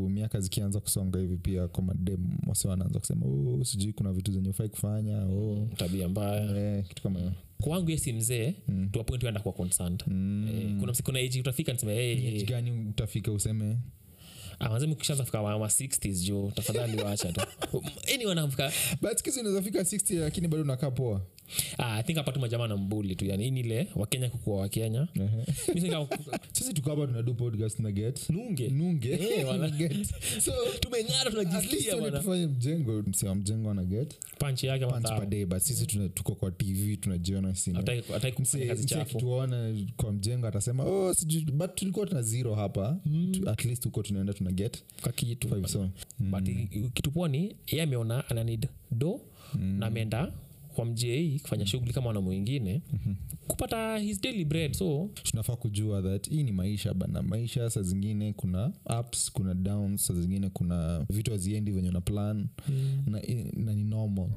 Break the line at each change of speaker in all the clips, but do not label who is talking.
miaka zikianza kusonga hivi pia kwa madem wase wanaanza kusema oh, sijui kuna vitu zenye ufai kufanya oh.
tabia mbaya
eh, kitu kama hiyo
kwangu ye si mzee mm. tuwapointi enda kwa concerned mm. eh, kuna msi- kuna eji utafika niseme hey, eh." Ah, hey.
gani utafika useme
amazemu kishaanza fika wa 60s juu tafadhali wacha tu yani wanamfika
but siku hizi unaweza fika 60 lakini bado unakaa poa
ah, i think hapa tu majamaa na mbuli tu yani ini ile wakenya kukuwa wakenya Mi sika-
sisi tuko hapa tunadu podcast na get
nunge
nunge
Eh, wala.
Get. so
tumeng'ara
at least
tunajisikia
wale
bwana
tufanye mjengo msee wa mjengo ana get
panchi yake
punch per day but sisi tuna- tuko kwa tv tunajiona sina
ataki kufanya kazi chafu
kituona kwa mjengo atasema oh, sijui but tulikuwa tuna zero hapa mm. at least huko tunaenda tuna get
kwa kitu
five so
but i- kitu poa ni ye ameona ananid do na ameenda kwa mjei kufanya shughuli kama wana mwingine kupata his daily bread so
tunafaa kujua that hii ni maisha bana maisha saa zingine kuna ups kuna downs saa zingine kuna vitu haziendi venye una plan mm. na, na ni normal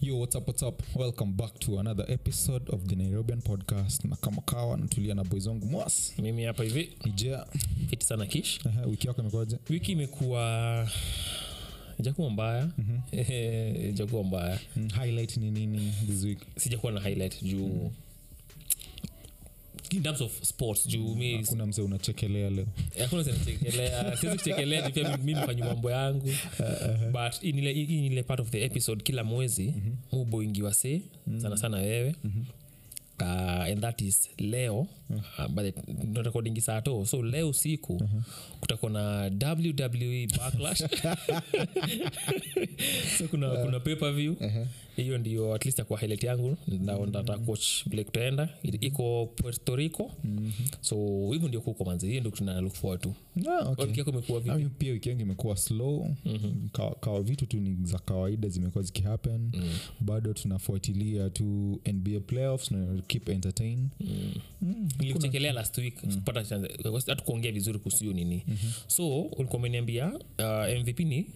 yo what's up, what's up welcome back to another episode of the nairobian podcast na kama kawa natulia na boys wangu mwas
mimi hapa hivi
nijea
fiti sana kish
Ehe, wiki yako imekuwaje
wiki imekuwa ijakuwa mbaya mm-hmm. ijakuwa mbaya
Mm, highlight ni nini this week
sijakuwa na highlight juu mm-hmm. in terms of sports juu mi
kuna mzee unachekelea leo
hakuna zinachekelea siwezi kuchekelea juu pia mimi mfanyi mambo yangu but hii nile- hii nile part of the episode kila mwezi muboingi wase sana sana wewe Uh, and that is leo uh, by the- ndo recording saa to so leo siku kutakuwa na wwe backlash so kuna, kuna paper view hiyo ndio at least akuwa highlight yangu ndataka coach vile kutaenda It- iko puerto rico
Mhm. Mm-hmm.
so hivyo ndio kuko manzi hiyo ndio tuna look forward to
ah, okay.
wiki yako imekuwa vipi
Ami pia wiki yangu imekuwa slow mm-hmm. kawa, kawa vitu tu ni za kawaida zimekuwa zikihappen
Mm-hmm.
mm. bado tunafuatilia tu nba playoffs na keep entertain
Mm, nilikuchekelea Mm-hmm. last week sikupata chance hatu kuongea vizuri kuhusu hiyo nini
Mhm.
so ulikuwa umeniambia uh, mvp ni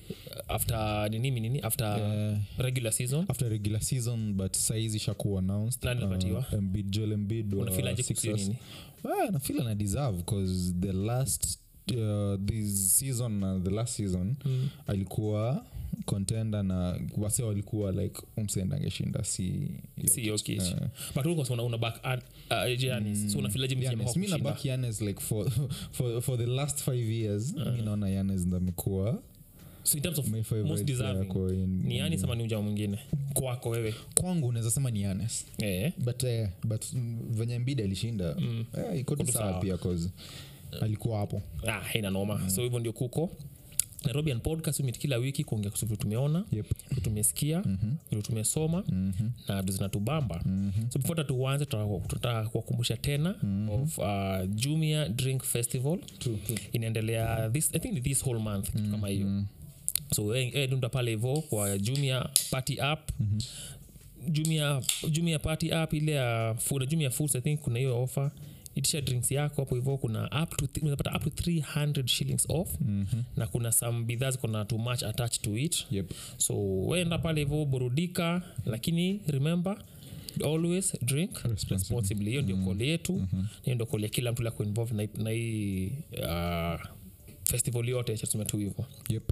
after nini mi nini after regular season
Eh, after regular season but saizi shaku announced
Nani amepatiwa?
uh, Embiid, Joel Embiid wa
Unafeel aje kuhusu hiyo
Sixers.
nini?
Ah, nafeel na deserve because the last uh, this season na the last season mm. alikuwa contender na wase walikuwa like umsend angeshinda si Eh,
si Jokic. but ulikuwa unasema una back uh, uh, Giannis so unafilaje msimu
Mm. Giannis. mi
hao kushinda Uh-huh.
nabak yanes like for, for, for the last five years uh. mi naona yanes ndamekuwa
so in terms of
my favorite
most
player
deserving
kwa in-
ni yani sama ni uja mwingine kwako wewe
yaani kwangu unaweza sema ni yanes
eh
but, eh, but mm, venye mbida alishinda mm. eh, iko tu
Iko tu
sawa
sawa.
pia cause alikuwa hapo
ah haina noma
Mm.
so hivyo ndio kuko nairobian podcast humit kila wiki kuongea kuhusu vitu tumeona
yep. Mm-hmm.
vitu tumesikia vitu tumesoma na vitu zinatubamba so before tuanze tunataka kuwakumbusha tena of uh, jumia drink festival
True, true.
inaendelea this, i think this whole month kitu kama hiyo so eh, we- we dunda pale hivo kwa jumia party app jumia jumia party app ile ya food jumia foods i think kuna hiyo offer itisha drinks yako hapo hivyo kuna up to th- unapata up to 300 shillings off mm-hmm. na kuna some bidhaa ziko na too much attached to it
Yep.
so wenda pale hivyo burudika lakini remember always drink responsibly hiyo ndio
Mm-hmm.
koli yetu hiyo ndio koli ya kila mtu la kuinvolve na, na hii uh, festival yote chatusema tu hivyo
Yep.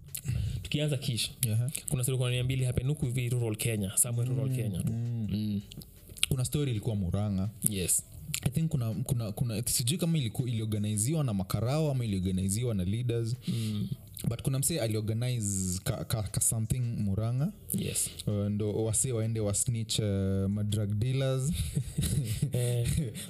tukianza kisha
Aha.
kuna sirikuania mbili hapenuku hivi rural kenya somewhere rural kenya tu mm.
kuna story ilikuwa muranga
yes
i think kuna, kuna, kuna sijui kama iliku- iliorganiziwa na makarao ama iliorganiziwa na leaders mm. but kuna msee aliorganize ka, ka, ka something muranga
yes
Uh, ndo wase waende wasnitch uh, madrug dealers
Eh.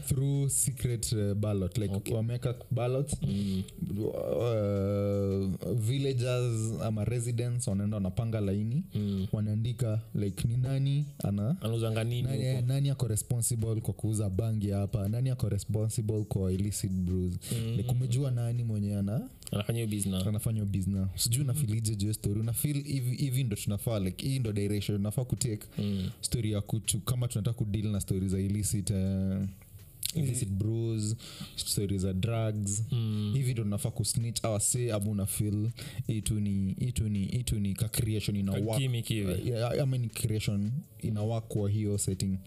through secret uh, ballot like okay. wameweka ballot mm. uh, villagers ama residents wanaenda wanapanga laini mm. wanaandika like ni nani ana
anauzanga nini
nani,
huko
eh, nani ako responsible kwa kuuza bangi hapa nani ako responsible kwa illicit brews
Mm-hmm.
mm. like umejua nani mwenye ana
anafanya hiyo business
anafanya bizna sijui
Mm-hmm.
unafilije juu ya story unafil hivi hivi ndo tunafaa like hii ndo direction unafaa kutake mm. story ya kuchu kama tunataka kudeal na story za illicit uh, illicit
Mm-hmm.
brews story za drugs mm. hivi ndo tunafaa kusnitch our say ama unafil hii tu ni hii tu ni hii tu ni ka creation ina work Uh,
gimmick hivi.
Yeah, ama ni creation ina work kwa hiyo setting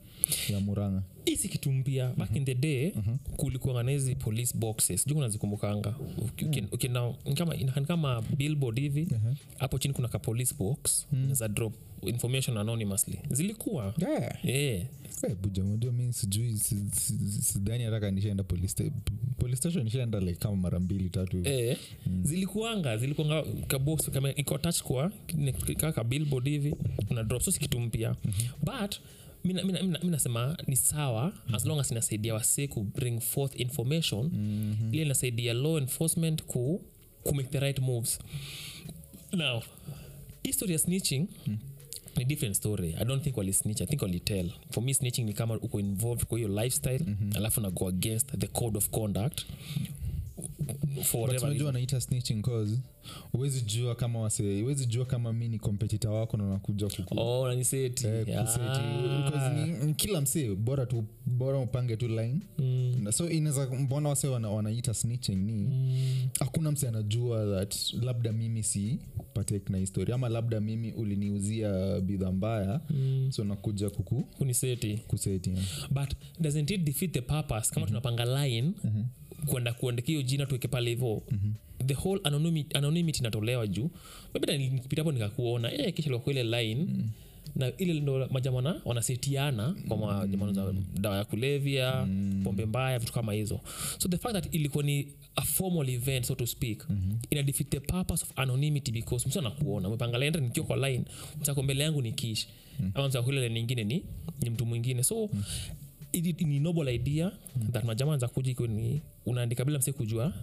ya muranga Mm-hmm.
isi kitumpia back in the day kulikuwa na hizi police boxes juu unazikumbukanga Uki- uki- ukienda ni kama ni kama billboard hivi
Uh-huh.
hapo chini kuna ka police box za drop information anonymously zilikuwa
yeah.
yeah.
Eh, buja unajua mi sijui si- si- sidhani hata kanishaenda police sta- police station nishaenda like kama mara mbili tatu hivi.
Eh,
Mm.
zilikuanga zilikuanga kabox kama iko attached kwa kaka billboard hivi una drop so si kitu mpya
Mm-hmm.
but mina- mina- mina- mi nasema ni sawa
Mm-hmm.
as long as inasaidia wasee ku bring forth information
Mm-hmm.
ile inasaidia law enforcement ku, ku make the right moves now history ya snitching
Mm.
ni different story i don't think wali snitch i think wali tell for me snitching ni kama uko involved kwa hiyo lifestyle
Mm-hmm.
alafu na go against the code of conduct for
But
whatever
unajua anaita snitching cause huwezi jua kama wase huwezi jua kama mi ni kompetita wako na nakuja kuku
oh naniseti
eh, kuseti. Because ni- ni kila msee bora tu bora upange tu line
Mm,
Na so inaweza mbona wase wana, wanaita snitching ni
Mm.
hakuna msee anajua that labda mimi si partake na historia ama labda mimi uliniuzia bidhaa mbaya
mm.
so nakuja kuku
kuniseti
kuseti
but doesn't it defeat the purpose kama tunapanga line kwenda kuandika hiyo jina tuweke pale hivo the whole anonymity, anonymity inatolewa juu mabda nilipita hapo nikakuona eh, kisha likuwa ile line na ile ndo majamana wanasetiana kwa majamano za dawa ya kulevya pombe mbaya vitu kama hizo so the fact that ilikuwa ni a formal event so to speak ina defeat the purpose of anonymity because mtu anakuona mpangalenda nikiwa kwa line msako mbele yangu ni kish ama msako ile line nyingine ni, ni mtu mwingine so it, it, ni noble idea that majama anza kuja ikiwa ni unaandika bila mse kujua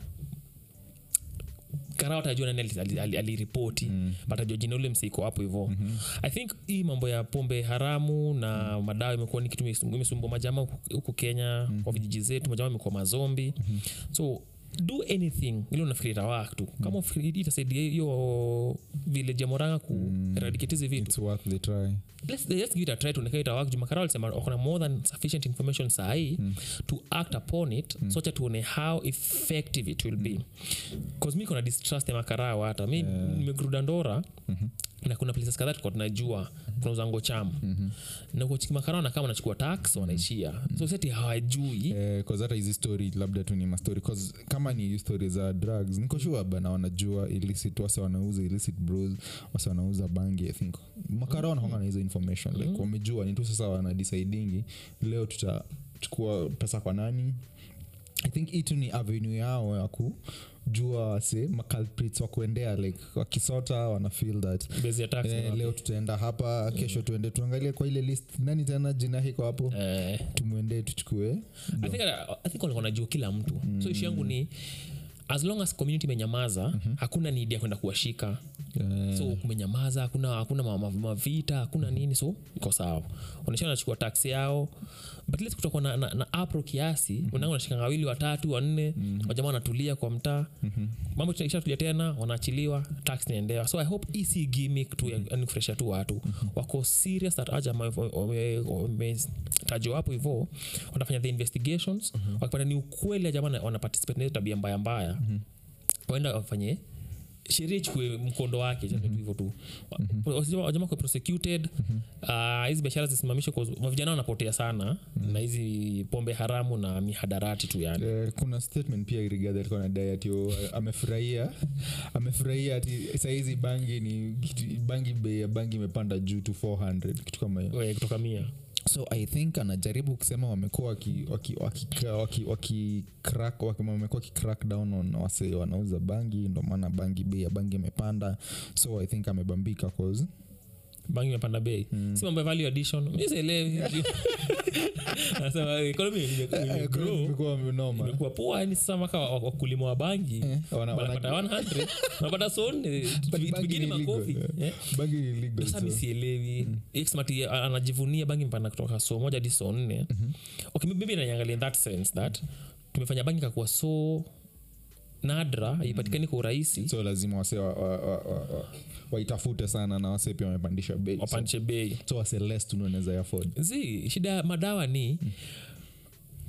karao tajua nani aliripoti ali, ali aliripoti,
Hmm. Mm.
but ajua jina ule msiko hapo hivo i think hii mambo ya pombe haramu na madawa imekuwa ni kitu imesum- imesumbua majama huku- huku kenya kwa vijiji zetu majama imekuwa mazombi so do anything ili unafikiri itawak tu kama ufikiri itasaidia hiyo vile jamoranga ku eradicate hizi vitu
it's worth the try
let's, let's give it a try tuonekane itawak jumakara alisema kuna more than sufficient information sahii mm. to act upon it mm. socha tuone how effective it will be bcause mi kuna distrust ya makarao hata mi yeah. nimeguruda ndora mm-hmm na kuna places kadhaa tulikuwa tunajua kuna uzango cham mm-hmm. na kuchikimakarao na kama wanachukua tax wanaishia so seti hawajui
Eh, 'cause hata hizi story labda tu ni mastori cause kama ni hizi story za drugs niko sure bana wanajua illicit wase wanauza illicit bros wase wanauza bangi i think makara wanahonga na hizo information like wamejua ni tu sasa wanadisaidingi leo tutachukua pesa kwa nani i think hii tu ni avenue yao ya kujua wase maculprits wakuendea like wakisota wana feel that
bezi ya tax ni
eh,
wapi.
leo tutaenda hapa kesho tuende tuangalie kwa ile list nani tena jina hiko hapo
eh,
tumwendee tuchukue
I think- uh, I think walikuwa wanajua kila mtu mm. so ishi yangu ni as long as community imenyamaza mm-hmm. hakuna need ya kwenda kuwashika
Eh,
so kumenyamaza hakuna hakuna ma- ma- mavita hakuna nini so iko sawa unaisha wanachukua taksi yao but let's kutakuwa na, na, na apro kiasi mm-hmm. unaangu nashikanga wawili watatu wanne mm-hmm. wajama wanatulia kwa mtaa mm-hmm. mambo ikishatulia tena wanaachiliwa tax naendewa so i hope hii si gimmick tu mm-hmm. kufresha tu watu mm-hmm. wako serious that ajama wametajwa hapo hivo wanafanya the investigations mm-hmm. wakipata ni ukweli ajama wanaparticipate na hiyo tabia mbaya mbaya mm-hmm waenda wafanye sheria ichukue mkondo wake mm
Mhm.
hivyo tu Wasijua- wajama kuwa prosecuted Ah, hizi biashara zisimamishwe kwa mavijana wanapotea sana
Mhm.
na hizi pombe haramu na mihadarati tu yani
eh, kuna statement pia irigadha alikuwa nadai ati oh, amefurahia amefurahia ati sahizi bangi ni kitu- bangi bei ya bangi imepanda juu to 400 kitu kama hiyo
We, kutoka mia
so i think anajaribu kusema wamekuwa wakikrak waki, waki, waki, waki crack- waki, wamekuwa wakicrack down on wase wanauza bangi ndo maana bangi bei ya bangi imepanda so i think amebambika cause Mm.
bangi imepanda bei si mambo ya value addition mi sielewi anasema economy
eh,
ime- ime- grow
Imekuwa mnoma.
imekuwa poa yani sasa maka wa- wakulima wa bangi
Eh, wana-
wanapata 100 wanapata sone
But bangi
tupigeni
ni illegal,
makofi
eh.
Eh?
Bangi ni illegal,
Sasa mi
so-
sielewi Xmati a- anajivunia bangi mpanda kutoka so moja hadi so nne okay, maybe naiangalia in that sense that tumefanya bangi kakuwa so nadra haipatikani kwa urahisi
so lazima wase wa- wa- wa- wa- wa- waitafute sana na wase pia wamepandisha bei so,
wapanche bei
so wase less tu ndio wanaweza afford
zi shida ya madawa ni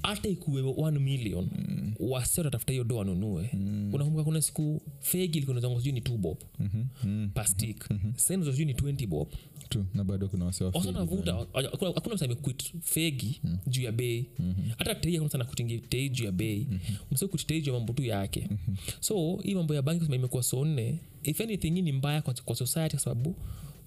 hata ikuwe 1 million mm. wase watatafuta hiyo do wanunue mm. unakumbuka kuna siku fegi ilikunaanga sijui ni 2 bob mm-hmm. mm. pastik mm-hmm. senzo sijui ni 20 bob
tu na bado kuna wase wa
wasa
feel
navuta hakuna- hakuna msa amequit fegi mm. juu ya bei mm-hmm. hata tei hakuna sana kutingi tei juu ya bei mm-hmm. msikuit tei juu ya mambo tu yake mm-hmm. so hii mambo ya banki kusema imekuwa so nne if anything hii ni mbaya kwa, kwa society kwa sababu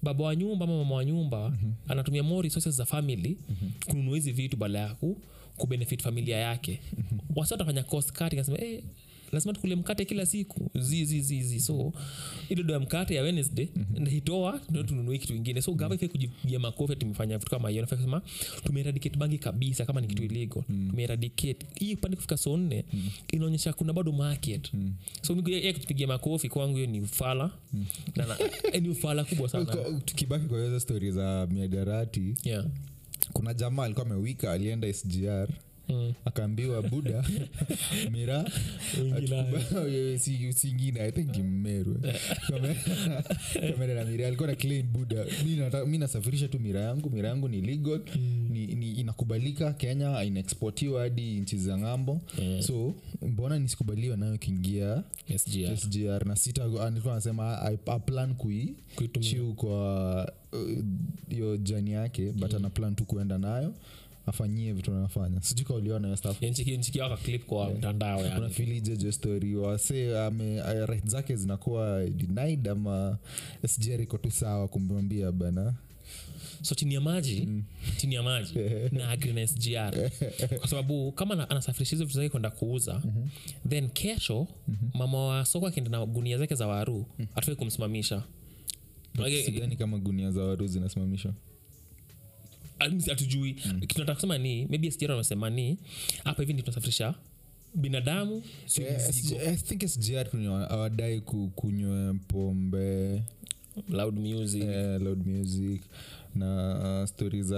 baba wa nyumba ama mama wa nyumba mm-hmm. anatumia more resources za family mm-hmm. kununua hizi vitu badala ya ku kubenefit familia yake mm-hmm. wasa watafanya cost cutting anasema eh, lazima tukule mkate kila siku zizizizi so idodo ya mkate ya wednesday ndaitoa ndo tununue kitu ingine so gava ifai kujipigia makofi tumefanya vitu kama hiyo nafaa kusema tumeeradicate bangi kabisa kama ni kitu iligo mm. tumeeradicate hii upande kufika so nne mm. inaonyesha kuna bado market mm. so mi- yeye kutupigia makofi kwangu hiyo ni ufala mm. na, na, eh, ni ufala kubwa sana
Kwa- tukibaki kwa hizo stori za miadarati
yeah.
kuna jamaa alikuwa amewika alienda sgr
Mm.
akaambiwa buda mira singine i think ni mmeru kamera na mira alikuwa na claim buda mi nata- mi nasafirisha tu mira yangu mira yangu ni legal ni, ni inakubalika kenya inaexportiwa hadi nchi za ng'ambo so mbona nisikubaliwa nayo kiingia
SGR.
sgr na sita alikuwa anasema "I- I plan kui
Kuitumia.
chiu kwa hiyo uh, jani yake but ana plan tu kuenda nayo afanyie vitu anafanya sijui ka uliona hiyo stuff
Ya nchiki- nchiki yako clip kwa mtandao yani.
unafilijeje story wase ame- eh, right zake zinakuwa denied ama sgr iko tu sawa kumwambia bana
so chini ya maji chini ya maji na agree na sgr kwa sababu kama ana- anasafirisha hizo vitu zake kwenda kuuza then kesho mama wa soko akienda na gunia zake za waru hatufai kumsimamisha Maanake-
sidhani kama gunia za waru zinasimamishwa
At- hatujui kitu nataka kusema ni maybe sgr wamesema ni hapa hivi ndi tunasafirisha binadamu sio
Eh,
mzigo
SG- I think sgr tu ni wa- hawadai ku- kunywa pombe
loud music
Eh, loud music na uh, stori za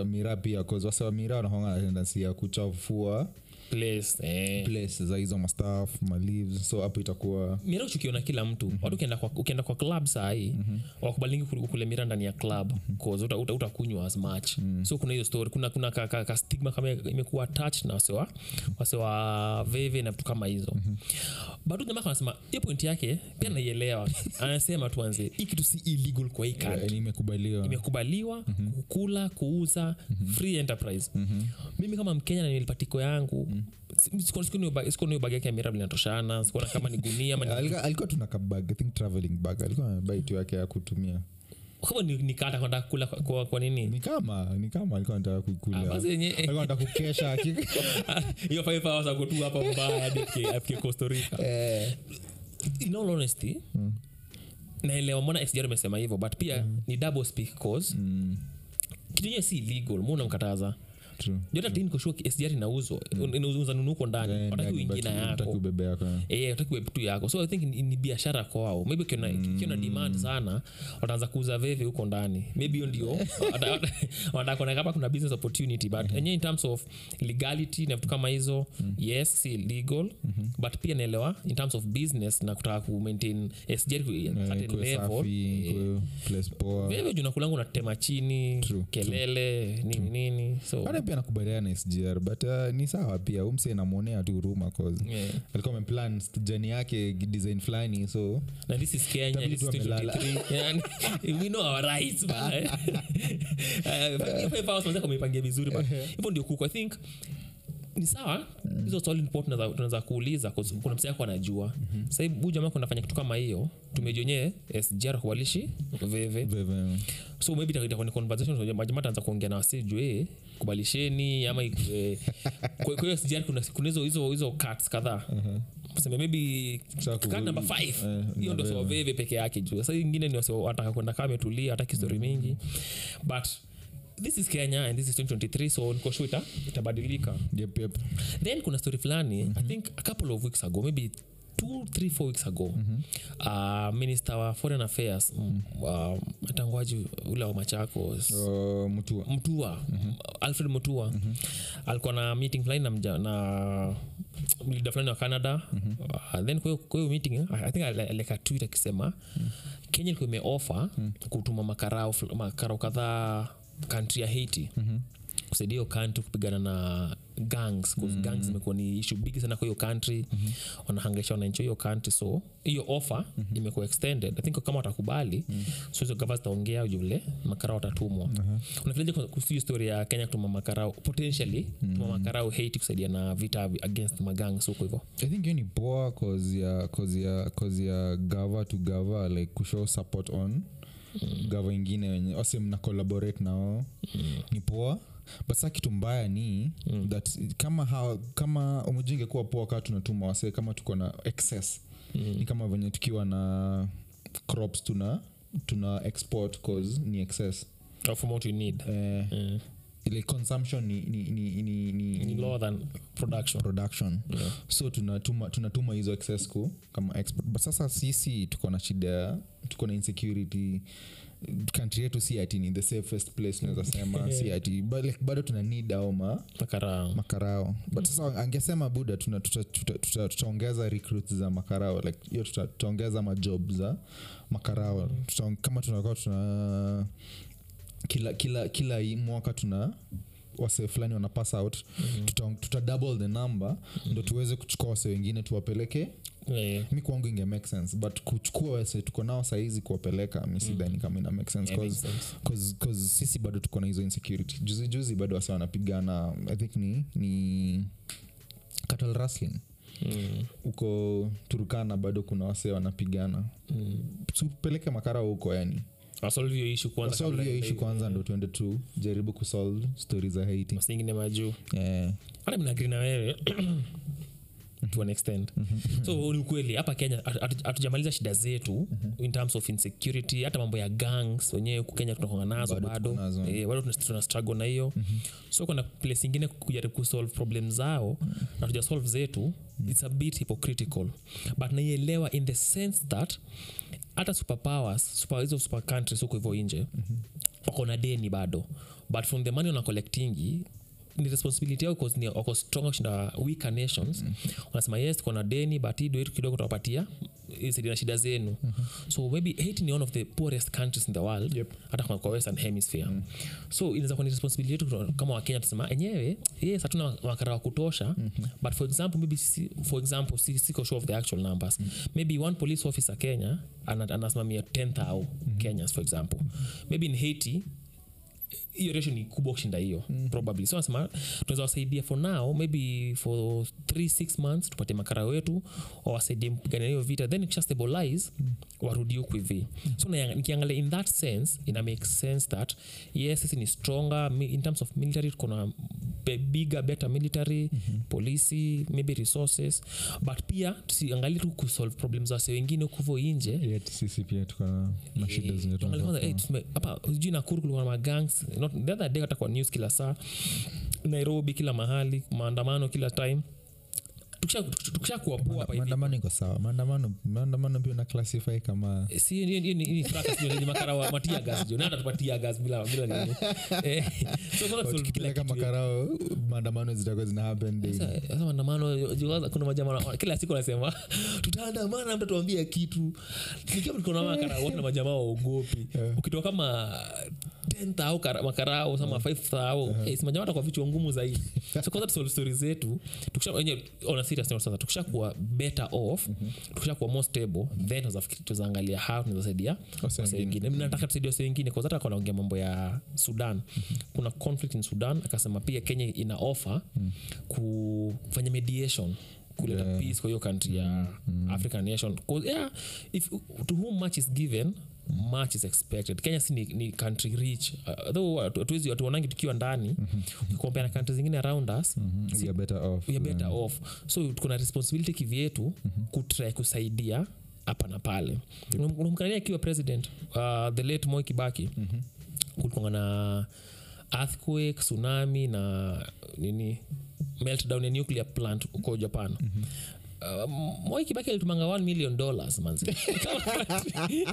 uh, mira pia kawasa mira wanahonga na tendency ya kuchafua
place eh.
place za hizo mastaf malives so hapo itakuwa
mira uchukiona kila mtu mm-hmm. watu ukienda kwa, ukienda kwa club sahii mm-hmm. wakubalingi kule mira ndani ya club mm-hmm. uta, uta, utakunywa as much mm-hmm. so kuna hiyo story kuna, kuna ka, ka, ka stigma kama imekuwa attached na wasewa wasewa veve na vitu kama hizo mm-hmm. bado jamaa anasema hiyo point yake pia naielewa anasema tuanze hii kitu si illegal kwa hii country
eh, imekubaliwa
imekubaliwa mm-hmm. kukula kuuza mm-hmm. free enterprise mm-hmm. mimi kama mkenya na nilipatiko yangu mm-hmm. sikunayo bagi yake ya mirab linatoshana sikuona kama ni gunia ama ni-
Alika- alikuwa tuna kabag I think traveling bag alikuwa amebai tu yake ya kutumia
kama ni- nikata kwenda kula kwa, kwa, kwa nini
ni kama ni kama alikuwa nataka
Ah,
kukula
basi yenye-
alikuwa nataka kukesha aki-
hiyo five hours ako tu hapa mbaya hadi afike- afike costa rica
eh, Mm.
in all honesty naelewa mbona sgr imesema hivyo but pia ni double speak cause
Mm.
kitu yenyewe si illegal mbona mkataza
true.
jotatinikoshua sgr inauzwa inauza nunuko ndani
Eh,
wataki
Mm. ndani, but
uingina
hutaki
yako
ubebe yako eh.
Eh, hataki web tu yako so i think ni, ni biashara kwao maybe kiona, kiona demand
Mm.
sana wataanza kuuza veve huko ndani maybe hiyo ndio wata- wata- watakuona kama kuna business opportunity
Mm-hmm.
but enyewe in terms of legality na vitu kama hizo yes si legal
Mm-hmm.
but pia naelewa in terms of business na kutaka ku maintain SGR ku-
Eh,
certain
ikuwe
level Eh.
safi ikuwe place poa
veve juu nakulangu natema chini
True,
kelele nini nini so
ana pia nakubaliana na sgr but uh, ni sawa pia umse namwonea tu huruma cause
yeah.
alikuwa ameplan jani yake design fulani so
na this is kenya
Itabidi
this is
tu amelala.
2023 yani, we know our rights bana, eh. Eh, five- five hours wanaweza kumipangia vizuri but hivyo ndio kuko i think ni sawa hizo swali ndipo tunaweza- tunaweza kuuliza 'cause kuna msee yako anajua
Mhm.
sasa hivi huyu jamaa ako anafanya kitu kama hiyo tumejionyee sgr kuwalishi veve
veve
so maybe itakuwa- itakuwa ni conversation so jamaa- jamaa ataanza kuongea na wasijue kubalisheni ama eh, kwa kwa hiyo sijari kuna kuna hizo hizo hizo cuts kadhaa sema maybe
Sasa
cut
kuvu-
number 5
eh,
hiyo ndio
ndio
sawa veve peke yake juu sasa hii ingine ni wase wataka kwenda kama ametulia hataki story mingi but this is kenya and this is 2023 so niko sure ita- itabadilika
yep, yep.
then kuna story fulani mm-hmm. i think a couple of weeks ago maybe two three four weeks ago mm-hmm. uh, minister wa foreign affairs mm-hmm. uh, atangwaji ule wa machakos
Uh, mtua
mtua mm-hmm. alfred mtua mm-hmm. alikuwa na meeting fulani na, mja- na leader fulani wa canada mm-hmm. uh, then kwa hiyo- kwa hiyo meeting I, i think ali- like a tweet akisema mm-hmm. kenya ilikuwa imeofa mm-hmm. kutuma makarao fl- makarao kadhaa kantri ya haiti mm-hmm kusaidia hiyo kantri kupigana na gangs mm-hmm. gangs imekuwa ni ishu bigi sana kwa hiyo kantri mm-hmm. wanahangaisha wananchi wa hiyo kantri so hiyo ofa mm-hmm. imekuwa extended i think kama watakubali mm-hmm. so hizo gava zitaongea jule makarao watatumwa uh-huh. unafilaje kuhusu hiyo story ya kenya kutuma makarao potentially mm-hmm. tuma makarao haiti kusaidia na vita against magangs huko hivyo
i think hiyo ni poa cause ya, cause ya, cause ya gava to gava like kushow support on mm.
Mm-hmm.
gava ingine wenye ose mna collaborate nao mm. ni poa but saa kitu mbaya ni
Mm-hmm.
mm. that kama ha, kama umejinge kuwa poa kaa tunatuma wase kama tuko na excess mm.
Mm-hmm.
ni kama venye tukiwa na crops tuna tuna export cause ni excess
Of what you need
eh,
mm.
ile consumption ni, ni, ni, ni, ni,
ni lower than production
production yeah. so tunatuma tunatuma hizo excess ku kama export but sasa sisi tuko na shida ya- tuko na insecurity country yetu si ati ni the safest place naweza sema si ati but like, bado tuna need ao ma
makarao
makarao but sasa angesema buda tuna- tuta- tuta- tuta- tutaongeza recruits za makarao like hiyo tuta- tutaongeza majob za makarao Tuta- kama tunakuwa tuna kila kila kila hii mwaka tuna wase fulani wana pass out mm-hmm. tuta, tuta double the number mm-hmm. ndo tuweze kuchukua wase wengine tuwapeleke
Eh,
mi kwangu inge make sense but kuchukua wase tuko nao sahizi kuwapeleka mi sidhani kama ina make sense
Yeah, makes
cause,
sense.
cause, cause sisi bado tuko na hizo insecurity juzi juzi bado wase wanapigana i think ni ni cattle rustling
mm.
huko turukana bado kuna wase wanapigana mm. tupeleke makara huko yani
wasolve hiyo issue kwanza kabla
solve
ya
hiyo ishu
hiyo.
kwanza ndo tuende tu jaribu kusolve stori za haiti
masingine majuu
Eh,
hata minagri na wewe to an extent
Mm-hmm.
so ni ukweli hapa kenya hatu- hatu- hatujamaliza shida zetu
Mm-hmm.
in terms of insecurity hata mambo ya gangs wenyewe huku kenya tunakonga nazo
Bado
bado
tuko nazo. Mm-hmm.
Eh, bado tuna- tuna struggle na hiyo so kuna place ingine kujaribu kusolve problem zao
Mm-hmm.
na tuja solve zetu its a bit hypocritical but naielewa in the sense that hata superpowers super, hizo super countries huko hivyo nje
Mm-hmm.
wako na deni bado but from the money wanacollectingi ni responsibility yao 'cause ni wako strong kushinda weaker nations wanasema yes tuko na deni but hii ndio yetu kidogo tutawapatia saidia na shida zenu so maybe haiti ni one of the poorest countries in the world
Yep.
hata kwa, kwa western hemisphere so inaweza kuwa ni responsibility yetu kama wakenya tusema enyewe yes hatuna makara wa kutosha mm-hmm. but for example maybe si, for example si, siko sure of the actual numbers mm-hmm. maybe one police officer kenya ana- anasimamia 10000 mm-hmm. kenyans for example maybe in haiti hiyo ratio ni kubwa kushinda hiyo mm. probably so nasema tunaweza wasaidia for now maybe for 36 months tupatie makara wetu wawasaidie mpigania hiyo vita then kisha stabilize mm. warudi huku hivi so na, nikiangalia in that sense ina make sense that yes sisi ni stronger mi- in terms of military kuna bigger better military mm-hmm. polisi maybe resources but pia tusiangalie tu kusolve problems za wase wengine huku hivo inje
yetu sisi pia tuko na- na shida zenye
Tuangalie kwanza,
tunatoa.
eh, tume- hapa sijui nakuru kulikuwa na magangs not the other day hata kwa news kila saa nairobi kila mahali maandamano kila time tukisha tukisha kuwa poa hapa hivi
maandamano iko sawa maandamano maandamano pia una classify kama
Eh, si hiyo- hiyo- hiyo ni- hiyo ni fracas, hiyo ni makara wa matia gas jo nani atatupa tear gas bila bila nini eh so kwanza tusolve kila
tukipeleka
kitu
makarao maandamano zitakuwa zina happen daily.
Sasa- sasa maandamano ju- kwanza kuna majamaa wana- kila siku wanasema tutaandamana mtu tuambia kitu nikiwa mkona makara wote na majamaa waogopi ukitoa kama 10,000 kara- makarao sama 5000 eh, si majamaa atakuwa vichwa ngumu zaidi so kwanza tusolve story zetu tukisha wenye on a serious note sasa tukisha kuwa better off tukisha kuwa more stable then tuzaangalia how tunazasaidia
Wase
wase
wengine.
wengine Mimi nataka tusaidie wase wengine kwa hata anaongea mambo ya sudan kuna conflict in sudan akasema pia kenya ina offer kufanya mediation kuleta peace kwa hiyo country ya african nation 'Cause, yeah, if, to whom much is given much is expected kenya si ni, ni country rich uh, though hatu- hatuwezi hatuonangi tukiwa ndani ukikompea na country zingine around us
We are better off.
we are better off so kuna responsibility kivyetu mm-hmm. kutry kusaidia hapa na pale Unam- unamkaribia akiwa president uh, the late moi kibaki mm-hmm. kulikuanga na earthquake tsunami na nini meltdown ya nuclear plant huko japan mm-hmm Uh, moikibaki alitumanga 1 million dollars manzi Kama country-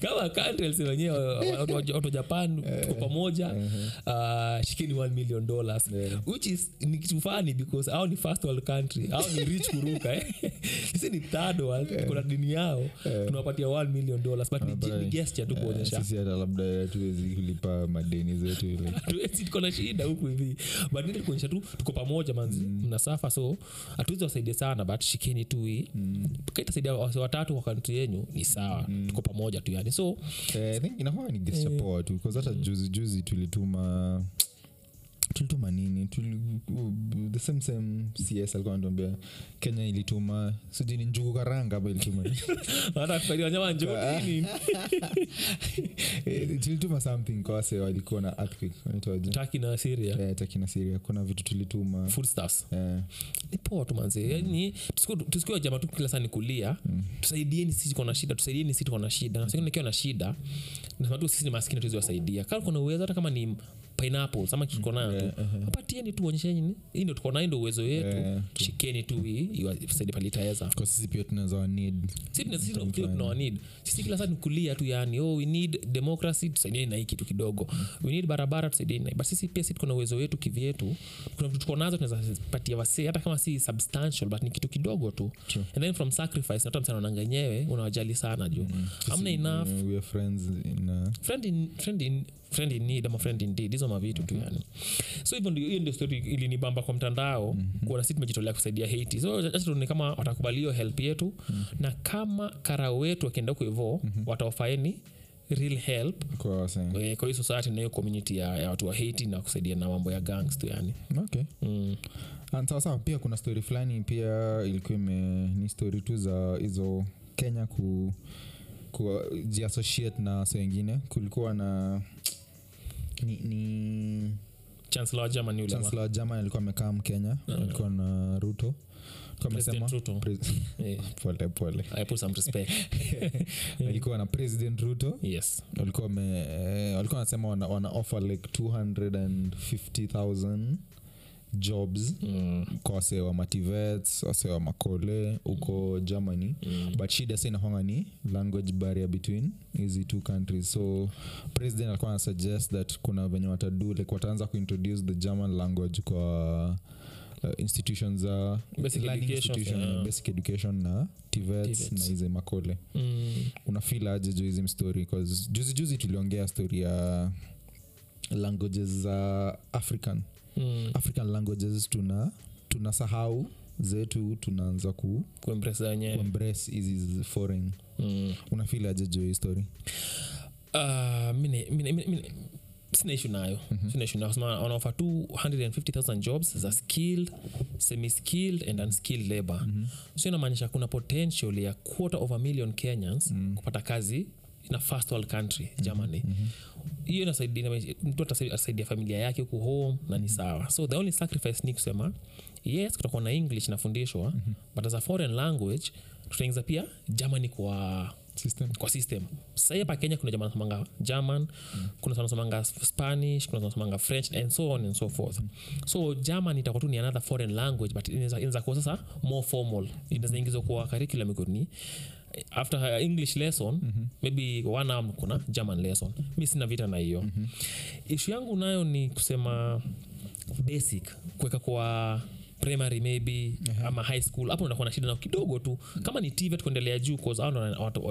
kama country alisema wenyewe watu wa- watu wa japan tuko pamoja uh, shikini 1 million dollars which is ni kitu fani because au ni first world country au ni rich kuruka eh. sisi ni third world tuko na dini yao tunawapatia 1 million dollars but ni, ni gesture tu kuonyesha
sisi hata labda tuwezi kulipa madeni zetu like,
Hatuwezi, tuko na shida huku hivi but ndio kuonyesha tu tuko pamoja manzi mnasafa so hatuwezi wasaidia sana but shikeni tu hii mm. tukaitasaidia wase watatu wa kantri yenyu ni sawa tuko pamoja tu yani so
Eh, I think inakuwa ni gesture poa tu 'cause
Mm.
hata juzi juzi tulituma tulituma nini Tuli, the same same cs alikuwa anatuambia kenya ilituma sijui ni njugu karanga hapa ilituma
hata tukaidi wanyama njoini
Eh, tulituma something kwa wase walikuwa na earthquake wanaitwaje?
taki na syria
Eh, Turkey na Syria kuna vitu tulituma
foodstuffs
Eh,
ni poa tu manzi yani tusiku- tusikiwa jama tu kila saa ni kulia tusaidieni sisi tuko na shida tusaidieni sisi tuko na shida na nikiwa na shida nasema tu sisi ni maskini tuwezi wasaidia kama kuna uwezo hata kama ni pineapples ama kitu tuko nayo Ah, tu Eh, apatieni tu onyesheni ni- hii ndio tuko nayo ndio uwezo
Eh,
yetu shikeni tu hii iwasaidie pale itaweza
kwa sisi pia tunaweza wa need
sisi tuna- sisi tuna- tuna- tuna need sisi kila saa ni kulia tu yani oh, we need democracy tusaidieni na hii kitu kidogo we need barabara tusaidieni na hii. but sisi pia sisi tuko na uwezo wetu kivyetu kuna vitu tuko nazo tunaweza patia wasee hata kama si substantial but ni kitu kidogo tu
True.
and then from sacrifice nata msanaonanga enyewe unawajali sana juu amna enough
Eh, Mm. we are friends in, uh,
friend in, friend in, friend in need ama friend indeed hizo mavitu tu yani so hivyo ndio hiyo ndio story ilinibamba kwa
Mm.
mtandao
mhm,
mm-hmm. kuona sisi tumejitolea kusaidia haiti so acha tuone kama watakubali hiyo help yetu mm-hmm. na kama karao wetu wakienda huko hivo mm-hmm. watawafaeni real help
kwa wase
eh, kwa hiyo society na hiyo community ya, ya watu wa haiti na kusaidia na mambo ya gangs tu yani
okay
mm.
And sawa sawa pia kuna story fulani pia ilikuwa ime ni story tu za hizo kenya ku kujiassociate na wase wengine kulikuwa na ni, ni
chancellor german yule ama-
chancellor wa german alikuwa amekaa mkenya alikuwa na ruto alikuwa amesema
President Ruto.
Pres-
eh,
pole pole
I put some respect
alikuwa na president ruto
yes
walikuwa wame- eh, walikuwa wanasema wana, wana offer like 250000 jobs
mm.
kwa wasee wa mativets wasee wa makole huko germany mm. but shida sa inakwanga ni language barrier between hizi two countries so president alikuwa ana suggest that kuna venye watadu like wataanza kuintroduce the german language kwa uh, institutions za
Basic
learning
education,
institution,
yeah.
basic education na tivets na
Tivets.
hizi makole
Mm.
unafil aje juu hizi story 'Cause juzi juzi tuliongea story ya languages za african
Mm.
african languages tuna tunasahau zetu tunaanza ku
kuempresa wenyewe
embrace hizi foreign
mm.
unafil aje juu ya hii story
Ah, mine- mine- mine- mine- sina ishu nayo sina ishu nayo Kusema wanaofa tu 150000 jobs za skilled semi skilled and unskilled labor so inamaanisha kuna potential ya quarter of a million kenyans kupata kazi na first world country germany hiyo inasaidia- inamaanisha- mtu atasai- atasaidia familia yake huku home na ni sawa so the only sacrifice ni kusema yes kutakuwa na english nafundishwa but as a foreign language tutaingiza pia germany kwa
system
kwa system sahii hapa kenya kuna jamaa nasomanga german mm. kuna sanasomanga spanish kuna sanasomanga french and so on and so forth mm. so german itakuwa tu ni another foreign language but inaweza inaweza kuwa sasa more formal inaweza ingizwa kwa curriculum iko ni eh, after her english lesson mm-hmm. maybe one hour kuna german lesson mi sina vita na hiyo mm-hmm. ishu yangu nayo ni kusema basic kuweka kwa primary maybe uh-huh. ama high school hapo unakuwa na shida nao kidogo tu kama ni tvet kuendelea juu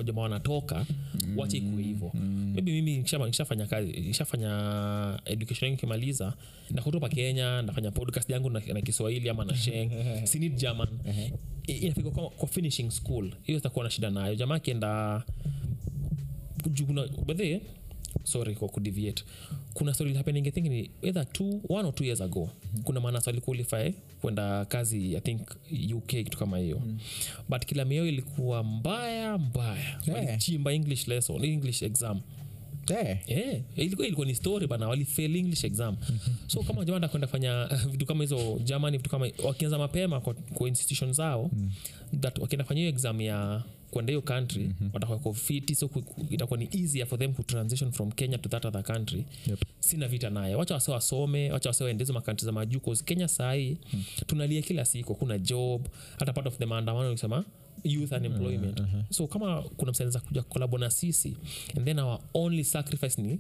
jamaa wanatoka mm. wache ikuwe hivo mm. maybe mimi nikishama- nikishafanya kazi nikishafanya education yangu ikimaliza nakutopa kenya nafanya podcast yangu na, na kiswahili ama na sheng sinid german I- inafika kwa, kwa finishing school hiyo itakuwa na shida nayo jamaa akienda jukuna bedhe sorry kwa kudeviate kuna story happening i think ni either two, one or two years ago kuna manasa alikualify kwenda kazi i think uk kitu kama hiyo but kila mio ilikuwa mbaya mbaya
Eh.
walichimba english lesson english exam
eh
Eh, ilikuwa ilikuwa ni story bana walifeli english exam so kama jamaa atakwenda fanya vitu kama hizo germany vitu kama wakianza mapema kwa, kwa institution zao that wakienda fanya hiyo exam ya kwenda hiyo country mm-hmm. watakuwako fiti so ku- ku- itakuwa ni easier for them kutransition from kenya to that other country
Yep.
sina vita naye wacha wase wasome wacha wase waendezo makantri za majuu cause kenya sahii hmm. tunalia kila siku kuna job hata part of the maandamano nikisema youth unemployment
Eh,
uh-huh. so kama kuna msaneza kuja kolabo na sisi and then our only sacrifice ni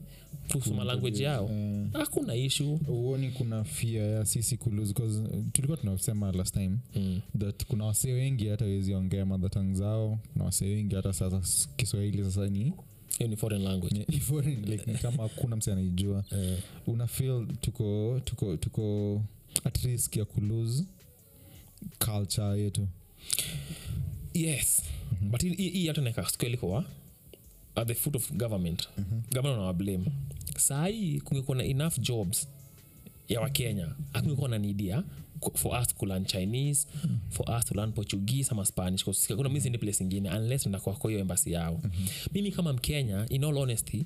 kusoma language yao
Eh,
hakuna issue
huoni kuna fia ya sisi kulose bcause tulikuwa tunasema last time
mm.
that kuna wasee wengi hata wezi ongea madhatang zao kuna wasee wengi hata sasa s- kiswahili sasa ni
hiyo ni foreign language
ni- ni foreign, like, ni kama hakuna mse anaijua
Eh,
una feel tuko tuko tuko at risk ya kulose culture yetu
yes but hii- hii hii hata nakaskoelikowa at the foot of government mm-hmm. government wanawablame sahii kungekuwa na enough jobs ya wakenya akungekuwa na nidia for us kulearn chinese mm-hmm. for us to learn portuguese ama spanish 'cause kuna mi siendi place ingine unless ndakwako hiyo embasi yao mm-hmm. mimi kama mkenya in all honesty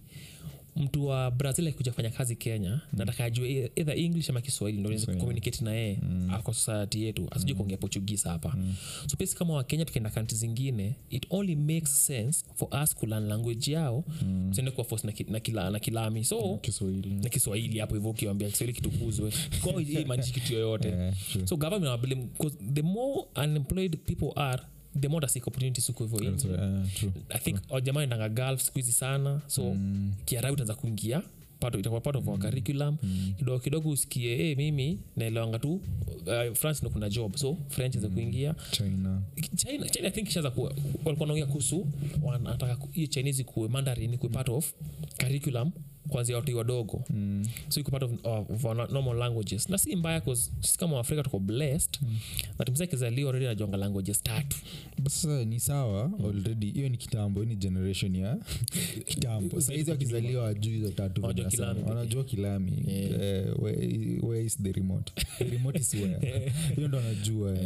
mtu wa brazil akikuja kufanya kazi kenya mm. nataka ajue either english ama kiswahili ndo niweze kucommunicate na yeye mm. kwa society yetu asijui kuongea portuguese hapa mm. so pesi kama wakenya tukienda kanti zingine it only makes sense for us kulan language yao mm. tuende kuwa force na, ki, na, kila, na kilami so
kiswahili
na kiswahili hapo hivyo ukiwambia kiswahili kitukuzwe kwao hii maanishi kitu yoyote
Eh, true.
so government wanablame because the more unemployed people are the more tasik opportunities huko hivyo
That's
nje.
why, eh, true.
i think oh, wajamaa endanga galf siku hizi sana so mm. kiarabu itaanza kuingia part- itakuwa part of our curriculum
mm,
kidogo kidogo usikie hey, mimi naelewanga tu uh, france ndo kuna job so french iza kuingia
china
china china i think ishaanza ku- walikuwa naongea kuhusu wanataka ku- hiyo chinese kuwe mandarin kuwe part of curriculum kwanzia watu wadogo mm. so iko part of, of, of our normal languages na si mbaya 'cause sisi kama waafrika tuko blessed mm. na tumsa kizalio redi najonga languages tatu
But sasa ni sawa already hiyo ni kitambo hiyo ni generation ya kitambo saizi wakizaliwa wajuu hizo tatu
Wanajua
vinasema.
kilami pekee.
wanajua kilami Eh, where- where is the remote the remote is where hiyo ndo wanajua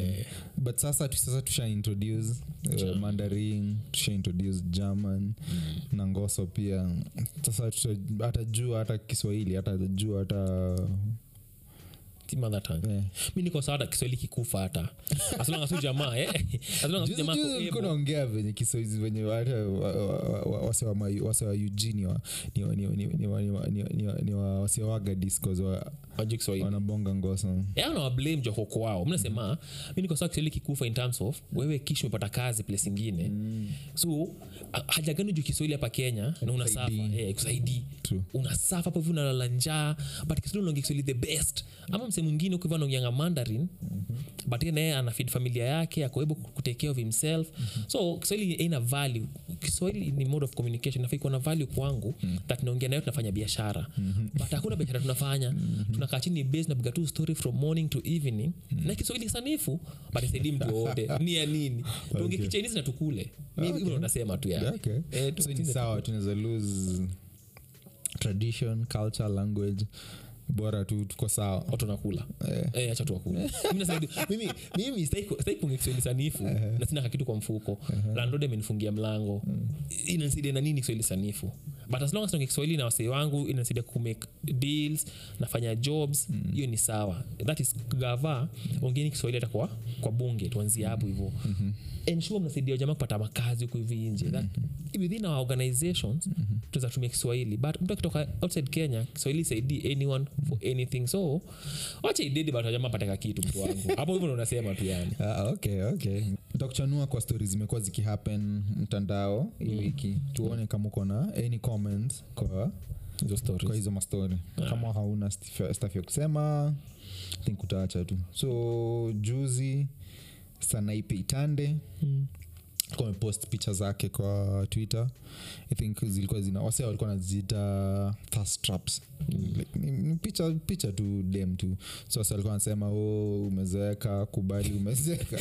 but sasa tu- sasa tusha introduce eh, mandarin tusha introduce german na ngoso pia sasa tuta- atajua hata kiswahili hata atajua hata
Ti mother tongue
eh.
mi niko sawa hata kiswahili kikufa hata asilanga tu jamaa eh? As long as tu
Juzi-
jamaa ako
juzi nilikuwa
able.
naongea venye kiswahili venye hata wa- wa- wa- wase wa Mayu- wase wa Eugene ni wa- ni wa- ni wa- ni wa- ni wa- ni wa- ni wa- ni wa- ni wa- wase wa Agadis 'cause wa-
Hawajui Kiswahili.
wanabonga ngoso
Eh, hao nawablame joko kwao mnasema mi niko sawa kiswahili kikufa in terms of wewe kisha umepata kazi place ingine so ha- hajagani juu kiswahili hapa kenya na unasafa eh, kusaidi
True.
unasafa hapo hivi unalala njaa but kiswahili unaongea kiswahili the best ama msee mwingine huko hivyo anaongeanga mandarin
Mm-hmm.
but yeye naye anafid familia yake akoebo kutekea of himself
Mm-hmm.
so kiswahili aina value kiswahili ni mode of communication nafaa ikuwa na value kwangu
Mm-hmm.
that naongea nayo tunafanya biashara but hakuna biashara tunafanya
Mm-hmm.
tunakaa chini base napiga tu story from morning to evening na kiswahili sanifu but isaidii mtu wowote ni ya nini tuonge
Okay.
kichinese na tukule nasema tu yani
Okay.
Eh, tu-
So ni sawa tunaweza lose tradition culture language bora tu tuko sawa
watu nakula Eh, acha tu wakule Mimi nasema- mimi- mimi sitaki ku- sitaki kuongea kiswahili sanifu na sina kakitu kwa mfuko landlord amenifungia mlango inanisaidia na nini kiswahili sanifu but as long as naongea kiswahili na wasee wangu inanisaidia kumake deals nafanya jobs hiyo ni sawa that is gava ongeeni kiswahili hata kwa, kwa bunge tuanzie hapo hivyo ensure mnasaidia jamaa kupata makazi huku hivi nje That- within our organizations tunaweza kutumia kiswahili but mtu akitoka outside kenya kiswahili saidii anyone for anything so wacha idedi but jamaa pateka kitu mtu wangu hapo hivyo ndo unasema tu yani
Ah, okay, okay. takuchanua kwa stori zimekuwa zikihappen mtandao
Mm.
hii wiki tuone kama uko na any comment kwa
hizo
kwa
stories
hizo mastori kama hauna stif- stuff ya kusema I think utaacha tu so juzi sanaipe itande
Mm.
alikuwa amepost picha zake kwa twitter i think zilikuwa zina wase walikuwa naziita thirst traps
Mm.
like, ni, ni picha picha tu dem tu so wase walikuwa wanasema o umezeeka kubali umezeeka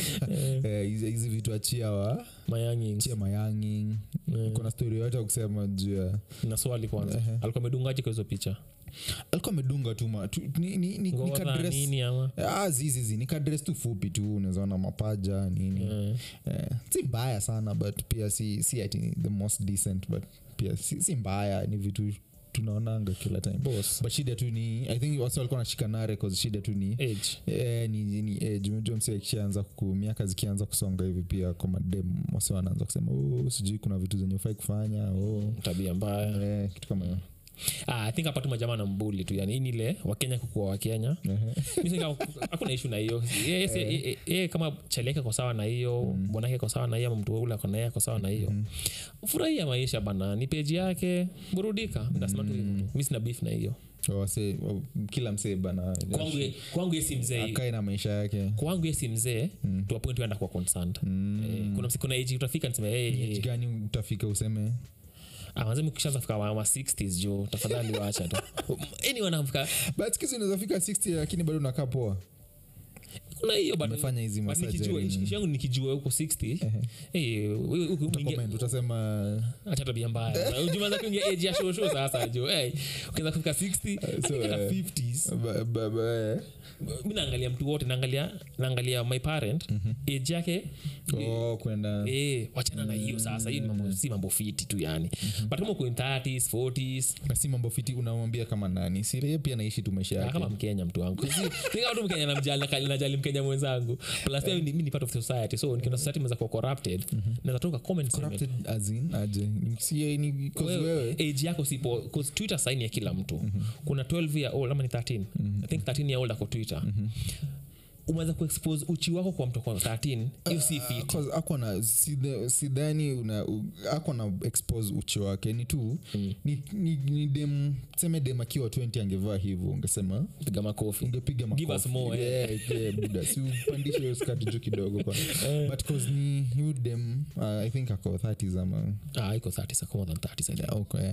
Eh, hizi hizi vitu achia wa
mayangi Eh,
achia mayangi kuna stori yoyote ya kusema juu ya
na swali Mm. kwanza
Eh.
alikuwa amedungaje kwa hizo picha
alikuwa amedunga tu ma tu, ni, ni, ni, ni
ngoa
kadress
nini ama
Ah, zizizi ni kadres tu fupi tu unawezaona mapaja nini
Eh,
eh, si mbaya sana but pia si, si ati the most decent but pia si, si mbaya ni vitu tunaonanga kila time
Boss.
but shida tu ni i think wasi walikuwa nashika nare cause shida tu ni
Age.
Eh, ni, ni age umejua msi akishaanza ku- miaka zikianza kusonga hivi pia kwa madem wasi wanaanza kusema oh, sijui kuna vitu zenye ufai kufanya oh.
tabia mbaya
eh, kitu kama hiyo
ah, i think hapa tu majamaa na mbuli tu yani ini ile wakenya kukuwa wakenya
Ehe.
Mi think haku- hakuna ishu na hiyo Yeye- yeye-
Eh.
yeye- yeye kama cheleke ko sawa na hiyo
Mm.
bwanake ko sawa na hiyo ama mtu ule ako na yeye ako sawa na hiyo furahia maisha bana ni peji yake burudika
Mm.
ndasema tu hivyo tu. mi sina beef na hiyo
Wase- wa- kila msee bana
kwangu ye- kwangu yesi mzee
akae na maisha yake
kwangu yesi mzee mm. tuapoint enda kuwa concerned mm. eh, kuna msi- kuna age utafika niseme hey, hey, Ah,
gani utafika useme
amazemu kishaanza fika wa, wa 60s juu tafadhali waacha tu anyone anafika
but siku hizi unaweza fika 60 lakini bado unakaa poa
kuna hiyo but-
Umefanya hizi
but
massage
nikijua-
nini?
ishi yangu nikijua huko 60 eh, huyu- huyu- huyu-
Comment, utasema
acha tabia mbaya ujimaza kuingia age ya shosho sasa jo hey, ukianza kufika 60
so,
hata
eh,
50s
ba- ba- ba- eh.
mi naangalia mtu wote naangalia naangalia my parent age yake
Oh, kwenda
Eh, wachana na hiyo sasa hiyo ni mambo, si mambo fiti tu yani but kama uko in 30s 40s
na si mambo fiti unamwambia kama nani sirie pia naishi tu maisha
ah,
yake
kama mkenya mtu wangu Si- si kama tu mkenya namjali- naka- najali mkenya mwenzangu plus pia mi ni part of society so nikiona society meza kuwa corrupted naweza toka comment section.
Corrupted as in, aje sie ni kozi
Wewe, eh, Mhm.
wewe
age yako sipo 'cause twitter saini ya kila mtu kuna 12 year old ama ni 13 i think 13 year old ako twitter umeweza kuexpose uchi wako kwa mtu kwa 13 hiyo si fit
Cause ako na sidhe- sidhani una- u- ako na expose uchi wake ni tu
Mm.
ni, ni, ni dem seme dem akiwa 20 angevaa hivyo ungesema
piga makofi
ungepiga
Give us
makofi.
more, eh. Eh.
Yeah, yeah, buda si upandishe hiyo skati juu kidogo kwa but cause ni huyu dem uh, i think ako 30s ama
ah iko 30 sasa more than 30 sasa
okay.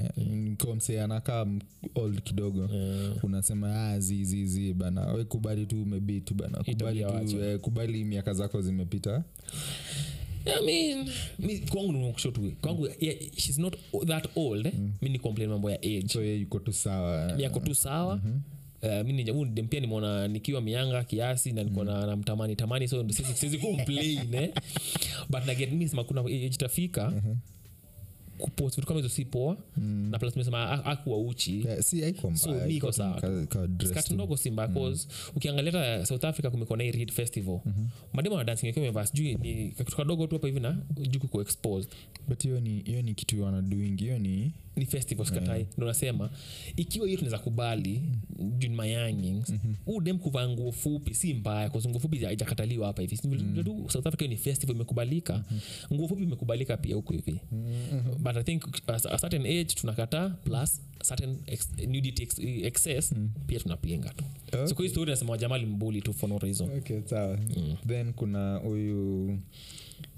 kwa msee anakaa m- old kidogo
Eh.
unasema ah, zi, zi, zi bana we kubali tu umebii tu bana kubali,
tabia
tu,
wacha.
eh, kubali miaka zako zimepita
i mean mi kwangu ni kusho tu kwangu yeah, she's not o- that old mi ni complain mambo ya age
so ye yuko tu sawa
yako tu sawa Eh, mi ni- huyu ni dem pia nimeona nikiwa mianga kiasi na niko na- namtamani tamani so siwezi- siwezi complain eh. but naget mi sema kuna itafika kupost vitu kama hizo si poa na plus mesema akuwa uchi
Yeah, Eh, si haiko
So,
mbaya,
mi
iko
iko
tu
sawa.
ka- ka dress
skati
tu.
ndogo simba cause ukiangalia hata south africa kumekuwa na hii Reed festival mademu wanadancing akiwa amevaa sijui ni kitu kadogo tu hapa hivi na juu kuko exposed
but hiyo ni hiyo ni kitu wanadoing hiyo ni
ni festival skatai ndo nasema ikiwa hiyo tunaweza kubali juu ni mayangings huu dem kuvaa nguo fupi si mbaya kwa sababu nguo fupi haija- haijakataliwa hapa hivi Vile tu south africa hiyo ni festival imekubalika nguo fupi imekubalika pia huku hivi
Mm-hmm.
but i think a, a certain age tunakataa plus certain ex, nudity ex, excess pia tunapinga tu so kwa hiyo story nasema wajamaa limbuli tu for no reason Mm.
okay sawa then kuna huyu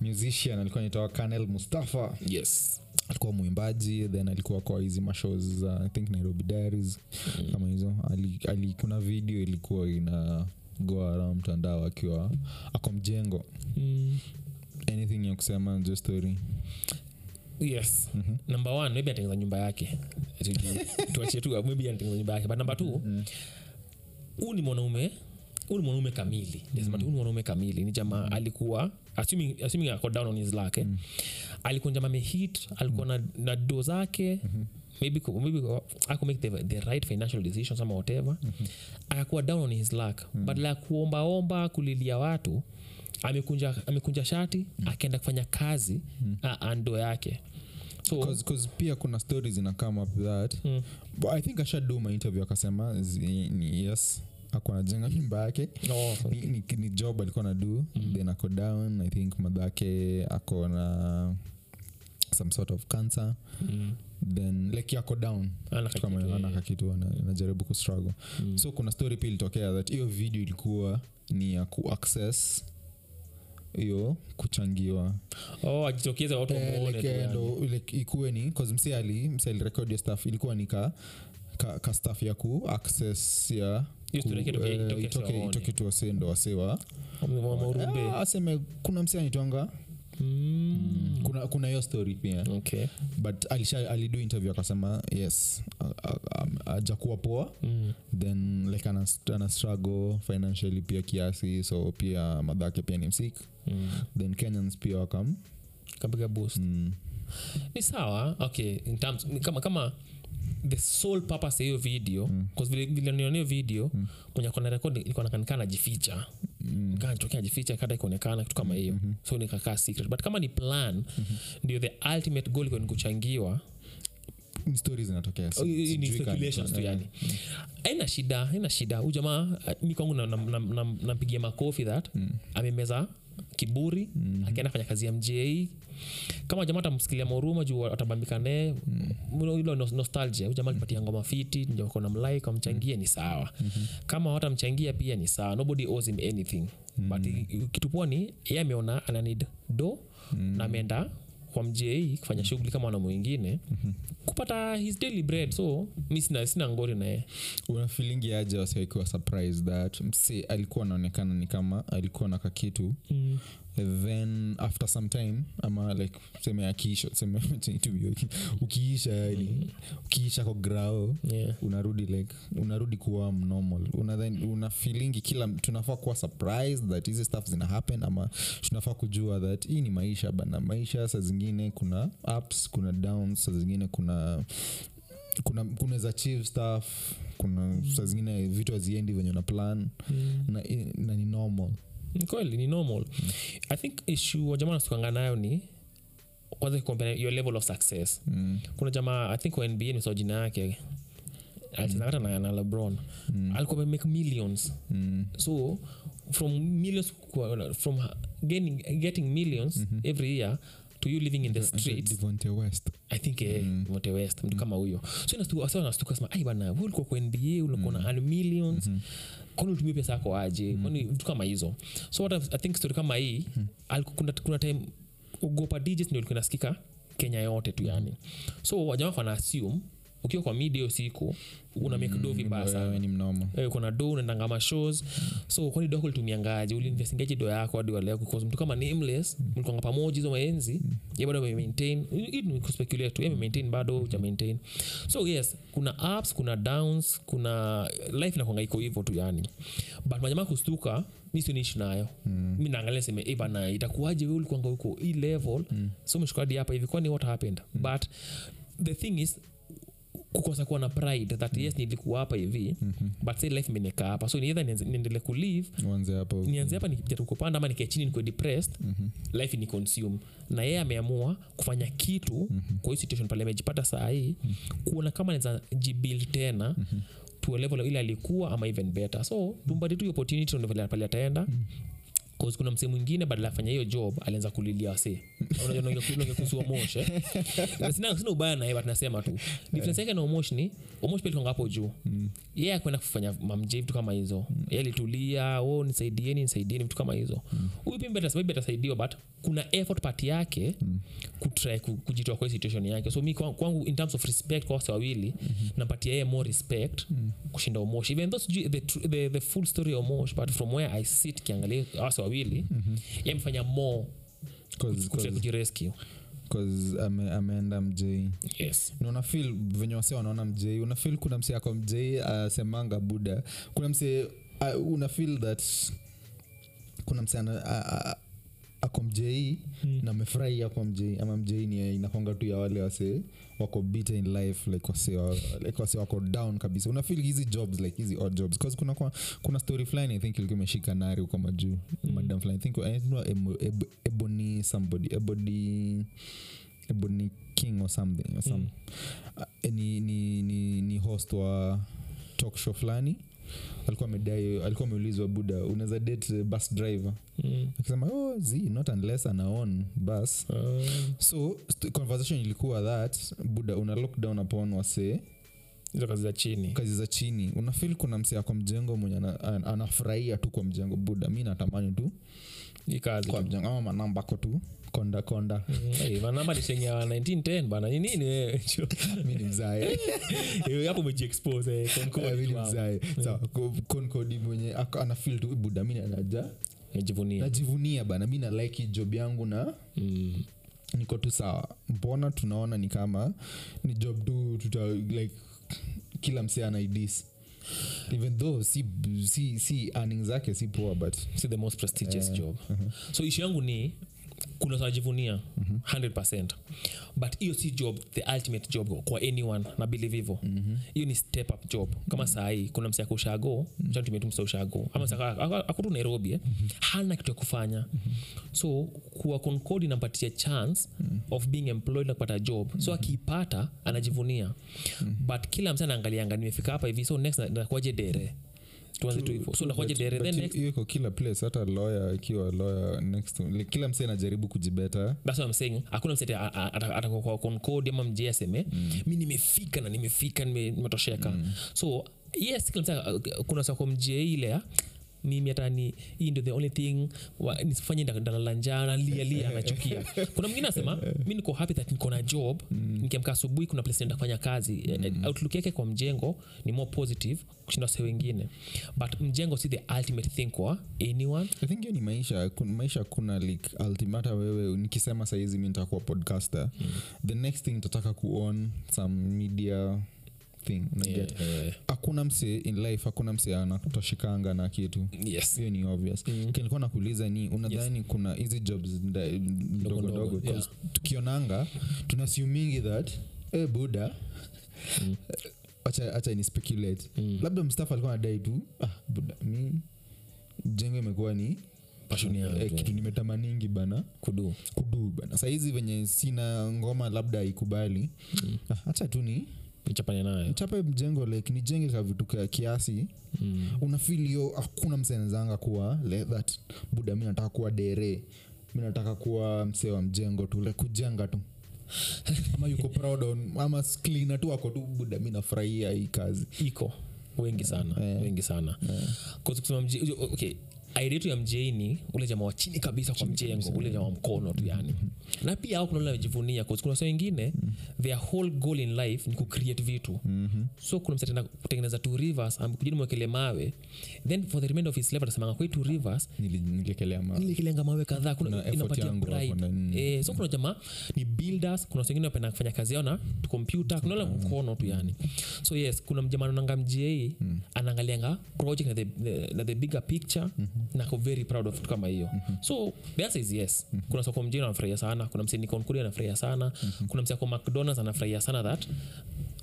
musician alikuwa anaitwa Kanel Mustafa
yes
alikuwa mwimbaji then alikuwa kwa hizi mashows za i think nairobi diaries kama hizo ali, ali, kuna video ilikuwa ina goa around mtandao akiwa ako mjengo
mm.
anything ya kusema jo story
yes number one maybe anatengeza nyumba yake Sijui. tuachie tu maybe anatengeza nyumba yake but number two huu ni mwanaume huu ni mwanaume kamili nasema tu huu ni mwanaume kamili ni jamaa alikuwa assuming, assuming ako down on his luck eh. alikuwa jamaa mehit alikuwa na, na do zake maybe ku- maybe ku- aku make the, the right financial decisions ama whatever akakuwa down on his luck badala ya kuombaomba kulilia watu amekunja, amekunja shati akaenda kufanya kazi mm. ndo yake so
bcause pia kuna stories ina come up that
Mm.
but i think ashadu my interview akasema zi- ni yes ako anajenga nyumba yake
no,
ni, ni, ni job alikuwa na do
Mm.
then ako down i think madhake ako na some sort of cancer
mm,
then like yako down
Ana
Kitu kama
kakitu,
hiyo,
yeah.
ana kakitu ana- anajaribu kustruggle
Mm.
so kuna story pia ilitokea that hiyo video ilikuwa ni ya kuaccess hiyo kuchangiwa
oh, ajitokeze watu
Eh,
wamuone tu
like, eh,
yani.
ndo like, ikuwe ni cause msi ali msi alirekod hiyo stuff ilikuwa ni ka ka, ka stuff ya ku access ya
Hiyo story
ku-
itoke-
eh,
itoke
itoke-
wasiwaone.
itoke tu wasee ndo wasewa
Wa- wa- waurumbe.
Ah, aseme kuna msi anitwanga
Hmm. Mm,
kuna kuna hiyo story pia
okay.
but alisha alidu interview akasema yes a- a- am- ajakuwa poa
Mm,
then like ana, ana struggle financially pia kiasi so pia madhake pia ni msik
mm.
then kenyans pia wakam
kapiga boost
mm,
ni sawa okay in terms, ni kama kama the sole purpose ya hiyo video mm. vile, vile niona hiyo video mm. mwenye kona rekodi ilikuwa nakanikaa najificha mm. kanachokea najificha kata ikaonekana kitu kama hiyo mm-hmm. so nikakaa secret but kama ni plan mm-hmm. ndio the ultimate goal ikuwa ni kuchangiwa
Ni stories zinatokea si-
Oh, hii ni
sijui kani-
speculations tu
eh,
yani aina shida aina shida huu jamaa eh, mi kwangu na- na- na- na- nampigia makofi that amemeza kiburi akienda fanya kazi ya mja kama jamaa atamsikilia moruma juu atabambika naye mm. ilo nos- nostalgia huu jamaa alipatia ngoma fiti ndio kona mlaik amchangie ni sawa kama watamchangia pia ni sawa nobody owes him anything but i- kitu poa ni ye ameona ananid do na ameenda kwa mjei kufanya shughuli kama wana mwingine kupata his daily bread so mi sina, sina ngori naye
una feelingi aje wasiwakiwa surprise that msi alikuwa anaonekana ni kama alikuwa na kakitu
mm.
then after some time ama like seme akiisha seme tubi- ukiisha yani ukiisha kwa grao
yeah.
unarudi like unarudi kuwa mnormal una, then, una feelingi kila tunafaa kuwa surprised that hizi stuff zina happen ama tunafaa kujua that hii ni maisha bana maisha saa zingine kuna ups kuna downs saa zingine kuna kuna kunaweza achieve stuff kuna saa zingine vitu haziendi venye una plan
Mm.
na, na ni normal
Ni kweli ni normal i think issue wajamaa nasikanga nayo ni kwanza compare your level of success
mm.
kuna jamaa i think wa nba nimesahau jina yake alichezangata na, na lebron alikuwa amemake millions
Mm.
so from millions kwa- from getting, getting millions every year to you living in the streets
Devonte West
i think eh, mote west mtu kama huyo so inastu- sasa nastuka sema ai bana wewe ulikuwa kwa nba ulikuwa na earn millions kwani ulitumia pesa yako aje kwani mtu kama hizo so what I've- i think story kama hii aliku- kuna, kuna time ugopa digits ndio ilikuwa inasikika kenya yote tu yani so wajamaa wana assume ukiwa kwa media usiku una make do vibaya sana
wewe Mm, ni mnoma
Eh, uko na do unaendanga mashows so kwani doko ulitumiangaje uliinvestingaje do yako hadi waleo because mtu kama nameless mlikuanga pamoja hizo maenzi ye bado amemaintain hii ni kuspeculate tu yeye amemaintain bado hujamaintain so yes kuna ups kuna downs kuna life inakwanga iko hivyo tu yani but majamaa kustuka mi sioniishi nayo mm. mi naangalia seme e bana itakuwaje we ulikuanga huko hii level mm. so umeshukadi hapa hivi kwani what happened mm. but the thing is kukosa kuwa na pride that yes nilikuwa hapa hivi mm-hmm. but say life imenekaa hapa so niedha niendele kulive
uanze hapo
nianze hapa nikijaribu kupanda ama nikae chini nikuwe depressed mm-hmm. life ni consume na yeye ameamua kufanya kitu mm-hmm. kwa hiyo situation pale amejipata saa hii mm-hmm. kuona kama naeza jibuild tena mm-hmm to a level ile alikuwa ama even better so tumpatie tu hiyo opportunity ndio vile pale ataenda cause kuna msee mwingine badala afanya hiyo job alianza kulilia wasee Unajua unange- unangekusua mosh eh? Na sina sina ubaya naye but nasema tu difference yake na umosh ni umosh pia likonga hapo juu
Mm.
yeye akwenda kufanya mamj vitu kama hizo yeye alitulia o nisaidieni nisaidieni vitu kama hizo
Mm.
huyu pia mbele sababu atasaidiwa but kuna effort part yake
Mm.
kutry ku- kujitoa kwa hii situation yake so mi kwa- kwangu in terms of respect kwa wase wawili
Mm-hmm.
nampatia yeye more respect
Mm.
kushinda umosh even though sijui the, tr- the, the full story ya umosh but from where i sit kiangalia wase wawili
Mhm.
yeye amefanya more
Cause-
kutry
cause-
kujirescue
'cause ame- ameenda mjei
yes
Na unafeel venye wase wanaona mjei unafil kuna msee ako mjei asemanga buda kuna msee uh, unafil that kuna msee ana- a- a- ako mjei na amefurahi ako mjei ama mjei ni inakonga tu ya wale wase wako bitter in life like wase, wa- like wase wako down kabisa unafil hizi jobs like hizi odd jobs cause kuna, kwa- kuna story fulani i think ilikuwa imeshika nari huko majuu madam fulani I think anaitwa Ebo- Ebo- ebony somebody ebony ebony king or something
Mm.
or some, Ah, ni, ni, ni, ni host wa talk show fulani alikuwa amedai alikuwa ameulizwa buda unaweza date eh, bus driver
mm.
akisema oh, z not unless anaon bus
Ah.
so st- conversation ilikuwa that buda una look down upon wasee
hizo kazi za chini
kazi za chini unafil kuna msee ako mjengo mwenye ana- an- anafurahia tu kwa mjengo buda mi natamani tu
Hii kazi
kwa
tu.
mjengo ama manamba ako tu konda konda
Mm, hey, manamba ni shenye ya 1910 bana ni nini wewe Cho.
mi ni mzae
Eh, hapo umejiexpose, eh, Concord,
Abidi
wow.
mzae sawa ko- konkodi mwenye ako- anafeel tu buda mi naja
Umejivunia.
najivunia bana mi nalike hii job yangu na
Mm,
niko tu sawa mbona tunaona ni kama ni job tu tuta like kila msee anaidis even though si, si, si earning zake si poa but
Mm-hmm. si the most prestigious job so issue yangu ni kuna tunajivunia mm-hmm. 100 but hiyo si job the ultimate job kwa anyone na believe hivo mm-hmm. hiyo ni step up job kama mm-hmm. sahii kuna msaka ushago mm-hmm. tumetumsa ushago ama msaka akutu nairobi eh? mm-hmm. hana kitu ya kufanya mm-hmm. so kuwa concord inampatia chance mm-hmm. of being employed na kupata job so mm-hmm. akiipata anajivunia mm-hmm. but kila msa anaangalianga nimefika hapa hivi so next na- nakuaje dere tuanze tu hivo so nakuaje dere
But
then
hiyo-
next
hiyo iko kila place hata lawyer ikiwa lawyer next to- like, kila msee anajaribu kujibeta
That's what I'm saying. hakuna msete atakakwa concod ama mje aseme
Mm.
mi nimefika na nimefika nime- nimetosheka so yes kila msa kuna sako mje ile ya, mimi hata ni hii ndio the only thing wa- nisifanye nda- ndalala njaa nalialia nachukia kuna mwingine anasema mi niko happy that niko na job
Mm.
nikiamka asubuhi kuna place naenda kufanya kazi Eh, eh, outlook yake kwa mjengo ni more positive kushinda wase wengine but mjengo si the ultimate thing kwa anyone
i think hiyo ni maisha kun, maisha kuna like ultimata wewe nikisema saizi mi nitakuwa podcaster mm. the next thing nitataka kuon some media thing yeah.
Eh,
hakuna msee in life hakuna msee anatoshikanga na kitu
yes
hiyo ni obvious mm. kilikuwa nakuuliza ni unadhani yes. kuna hizi jobs nda- ndogo
ndogo,
ndogo
yeah.
'Cause tukionanga tunasiumingi that e buda hacha ni speculate mm. labda mstafu alikuwa nadai tu ah, buda mi jengo imekuwa ni
Passion yangu,
eh,
yeah.
kitu nimetamaningi bana
kudu
kudu bana sahizi venye sina ngoma labda haikubali mm. hacha tu ni
nichapane nayo
chape mjengo like nijenge ka vitu ka kiasi mm. unafil hiyo hakuna msenezanga kuwa like that buda mi nataka kuwa dere mi nataka kuwa msee wa mjengo tu like kujenga tu ama yuko proud on ama cleaner tu ako tu buda mi nafurahia hii kazi
iko wengi sana yeah. wengi sana yeah. kusema mje, okay idea yetu ya mjeini ule jamaa wa chini kabisa Mm-hmm. kwa mjengo ule jamaa wa mkono tu yani na pia au kuna ule anajivunia 'cause kuna wasa wengine their whole goal in life ni kucreate vitu mm-hmm. so kuna msatenda kutengeneza two rivers amekujini mwekele mawe then for the remainder of his life atasemanga kwa hii two rivers
Nili- niliekelea ma
nilikilenga mawe kadhaa kuna-
effort
inapatia
yangu hapo
pride.
ndani.
Eh, so kuna jamaa ni builders kuna wengine wapenda kufanya kazi yao na kompyuta kuna ule mkono tu yani so yes kuna mjamaa nananga mja
Hmm.
anaangalianga project na the, the, na the bigger picture
Hmm.
na ako very proud of kitu kama hiyo so the answer is yes
Hmm.
kuna soko mjini anafurahia sana kuna msee nikonkuri anafurahia sana
Hmm.
kuna msee ako mcdonalds anafurahia sana that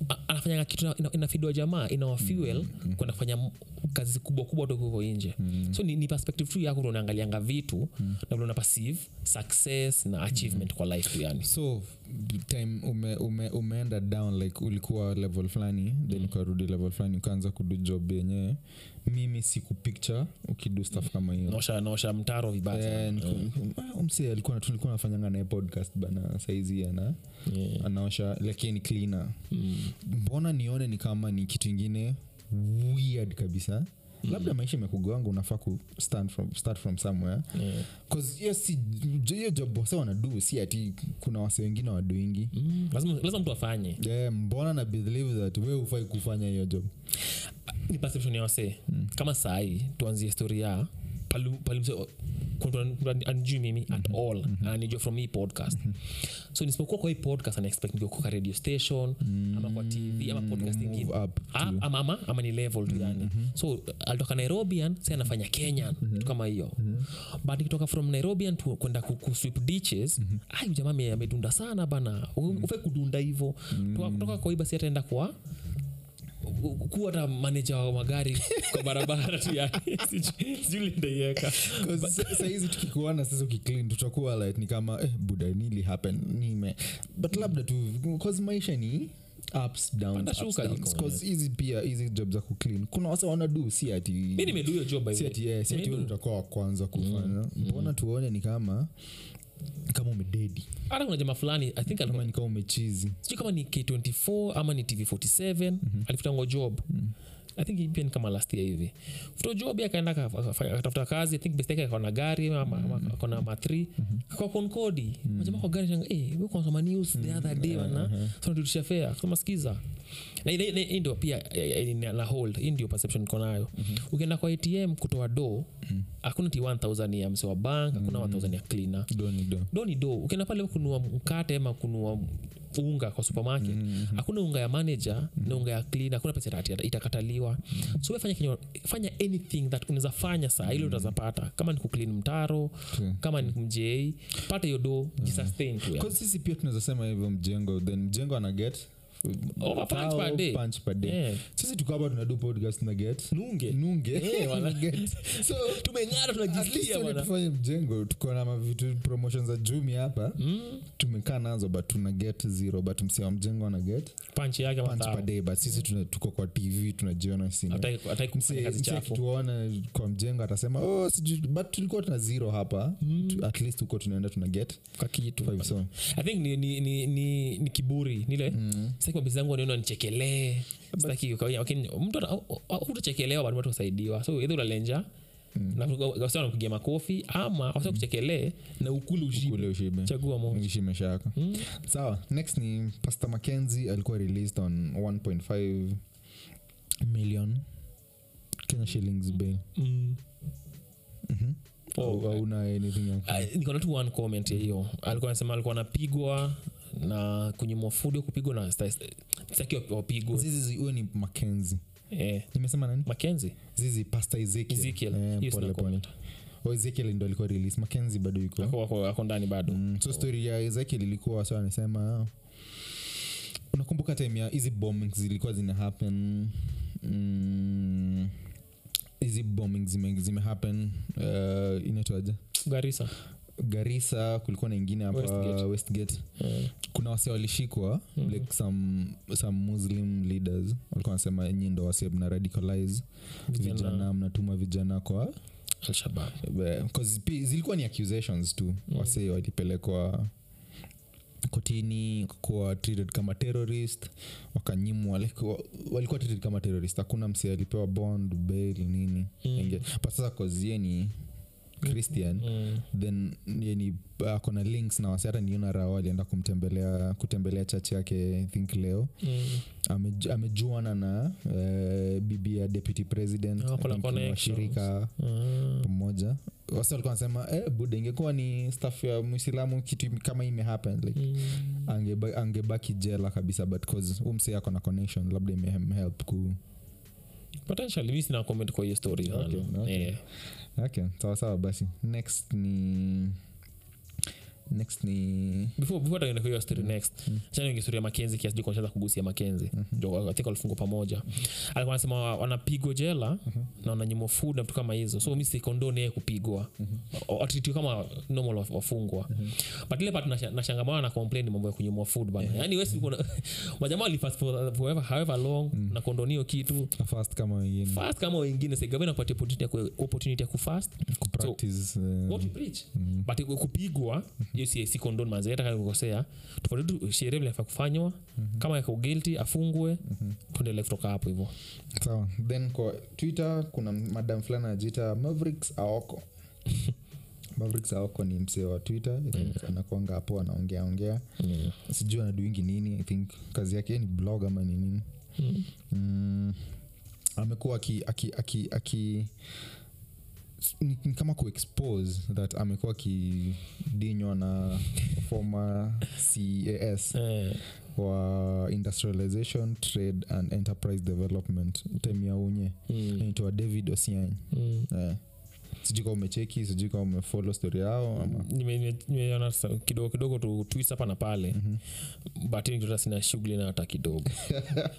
a- anafanyanga kitu ina- ina- inafidwa jamaa inawafuel mm-hmm. kwenda kufanya m- kazi kubwa kubwa tu huko nje mm-hmm. so ni, ni perspective tu yako unaangalianga vitu mm-hmm. na vile una perceive success na achievement mm-hmm. kwa life tu yani
so time ume, ume, umeenda down like ulikuwa level fulani then ukarudi level fulani ukaanza kudu job yenyewe mimi sikupicture ukidu stuff kama hiyo
naosha naosha mtaro vibaya sana.
Eh, niku- ah, mse alikuwa na- tulikuwa nafanyanga naye podcast bana saizi ana
Yeah. Mm.
anaosha lakini cleaner mbona nione ni kama ni kitu ingine weird kabisa labda maisha imekugoanga unafaa ku stand from, start from somewhere
Yeah.
'Cause yes, si- jo- hiyo job wase wanadu si ati kuna wase wengine waduingi
Mm, lazima lazima mtu afanye
yeah, mbona na believe that we ufai kufanya hiyo job
ni perception ya wasee mm. kama sahii tuanzie historia ya pali- pali mse- kuna mtu an- mtu an- anijui mimi at all ananijua from hii podcast so nisipokuwa kwa hii podcast anaexpect ningekuwa kwa radio station ama kwa tv ama podcast ingine
move up
Ah, ama, ama, ama ni level tu yani
Mm-hmm,
so alitoka nairobian si anafanya kenyan kitu kama hiyo
Mm-hmm.
but nikitoka from nairobian tu kwenda ku- kusweep ditches mm-hmm. ayu jamaa ame- amedunda sana bana
Mm-hmm.
mm ufai kudunda hivo Toka- kutoka kwa hii basi ataenda kwa ku- kuwa hata maneja wa magari kwa barabara tu yani Sijui- sijui lindaiweka.
'Cause sa- saizi tukikuana sasa ukiclean tutakuwa like ni kama eh, buda nili happen nime but labda tu cause maisha ni ups
Panda
downs, ups,
shuka
downs.
iko,
'Cause hizi pia hizi job za kuclean kuna wasa wanadu si ati
mi nimedu hiyo job by the
si
way.
ati yeah, si ati wewe utakuwa wa kwanza
Mm.
kufanya mbona tuone ni kama kama umededi
hata kuna jamaa fulani i think alikuwa
ama ni kama umechizi
sijui kama ni k24 ama ni tv47 mm-hmm. alifutangwa job mm-hmm. i think hii pia ni kama last year hivi futo job akaenda akatafuta kazi i think best yake akaona gari ama- ama akona matri kwa konkodi majama kwa gari shanga eh wewe kwa soma news the other day wana tunarudisha fare kama sikiza Na ile- ile- hii ndio pia eh, eh, ina- na hold hii ndio perception niko nayo ukienda kwa atm kutoa do hakuna ti 1000 ya mse wa bank hakuna 1000 ya cleaner
doni do
do ni do ukienda pale kunua mkate ama kunua unga kwa supermarket mm-hmm. hakuna unga ya manager mm-hmm. na unga ya clean hakuna pesa itati- itakataliwa mm-hmm. so we fanya, kinyo- fanya anything that unaweza fanya saa ile utazapata kama ni kuclean mtaro
True.
kama ni mjei pata hiyo do jisustain tu
Cause sisi pia tunaweza sema hivyo mjengo then mjengo ana get
Over Oh, punch per day.
punch per day
Yeah.
sisi tuko hapa tunadu podcast na get
nunge
nunge
Eh, wala.
Get. so
tumeng'ara
at least
tunajisikia
when
bwana
tufanye mjengo tuko na mavitu promotion za jumi hapa
Hmm.
mm. tumekaa nazo but tuna get zero but msewa mjengo ana get
panchi yake
punch per
matao
day but sisi tuna, tuko kwa tv tunajiona sini
ataki kufanya kazi chafu
msekituona kwa mjengo atasema oh, sijui but tulikuwa tuna zero hapa mm.
Hmm.
at least huko tunaenda tuna get
kwa kitu
five so
i think ni, ni, ni, ni, ni kiburi nile mm. sitaki mabisi zangu waniona nichekelee sitaki kwa- lakini mtu ana- au- au- utachekelewa bado watu wasaidiwa so either unalenja na wasi wanakupigia makofi ama wasi kuchekelee na ukule ushibe
kule ushibe
chagua moja
shimesha yako sawa next ni pastor mackenzie alikuwa released on 1.5 million kenya shillings bail Mhm.
mm. Oh,
Au- hauna anything ya-
Ah, niko na tu one comment ya hiyo alikuwa anasema alikuwa anapigwa na kunyimwa fudio kupigwa na sitaki wapigwe
zizi huyo ni mackenzie
eh.
nimesema nani
makenzi
zizi pastor ezekiel
ezekiel
Eh,
hiyo sina
pole pole
comment
o ezekiel ndo alikuwa release mackenzie bado yuko
Ako- ako- ako ndani bado
Mm, so story ya ezekiel ilikuwa wasa anasema unakumbuka time ya hizi bombing zilikuwa zina happen mm, hizi bombing zime, zime happen uh, inaitwaje
garisa
garisa kulikuwa na ingine hapa
Westgate.
westgate, kuna wase walishikwa mm-hmm. like some, some muslim leaders walikuwa wanasema nyi ndo wase mna radicalize
Vijana.
vijana, mnatuma vijana kwa
alshabab
Eh, 'cause pi- zilikuwa ni accusations tu mm. wase walipelekwa kotini kuwa treated kama terrorist wakanyimwa like, wa- walikuwa treated kama terrorist hakuna mse alipewa bond bail nini mm. pa sasa kozie ni christian
mm.
then yeni ako na links na wasi hata niona rao alienda kumtembelea kutembelea chachi yake I think leo
Mm.
Ameju- amejuana na eh, bibi ya deputy president
Ah,
I
kuna
think ni
connections.
washirika
Ah.
pamoja wasi walikuwa wanasema eh, buda ingekuwa ni staff ya mwislamu kitu kama imehappen like,
Mm.
angeba- angebaki jela kabisa but cause huu msee ako na connection labda imemhelp ku
potentially mi sina comment kwa hiyo story
Okay,
Ano,
okay.
eh.
okay sawa sawa basi next ni next ni
before before tuende kwa hiyo story next
Mm.
acha niongee story ya makenzi kiasi juu kwanza kugusia makenzi
Mm-hmm.
ndio i think walifungwa pamoja alikuwa anasema wanapigwa jela
Mm-hmm.
na wananyimwa food na vitu kama hizo so mi sikondoni yeye kupigwa
Mm-hmm.
atitiwe kama normal waf- wafungwa but ile part nasha- nashangamana na complain mambo ya kunyimwa food bana yani wewe uko na- majamaa walifast for forever however long
Mm.
na kondoni hiyo kitu
na fast kama wengine
fast kama wengine sigavana nakupatia opportunity ya ku- opportunity ya kufast
kupractice eh,
what you preach but ku- kupigwa hiyo si si condone manze hata kama ukosea tofauti tu sheria vile inafaa kufanywa kama yako guilty afungwe tuendelee kutoka hapo hivyo
sawa then kwa twitter kuna madam fulani anajiita mavericks aoko mavericks aoko ni msee wa twitter I think anakuanga hapo anaongea ongea sijui anaduingi nini i think kazi yake ni blog ama ni nini mm. amekuwa aki, aki, aki, aki ni, ni kama kuexpose that amekuwa akidinywa na former cas
Eh,
wa industrialization trade and enterprise development time ya unye
mm,
naitwa david osiany
mm.
yeah. sijui kama umecheki sijui kama umefolo stori yao ama
Nime- nime- nimeona sa- kidogo kidogo tu tweets hapa na pale
Mm. Mhm.
but hiyo kitu hata sina shughuli nayo hata kidogo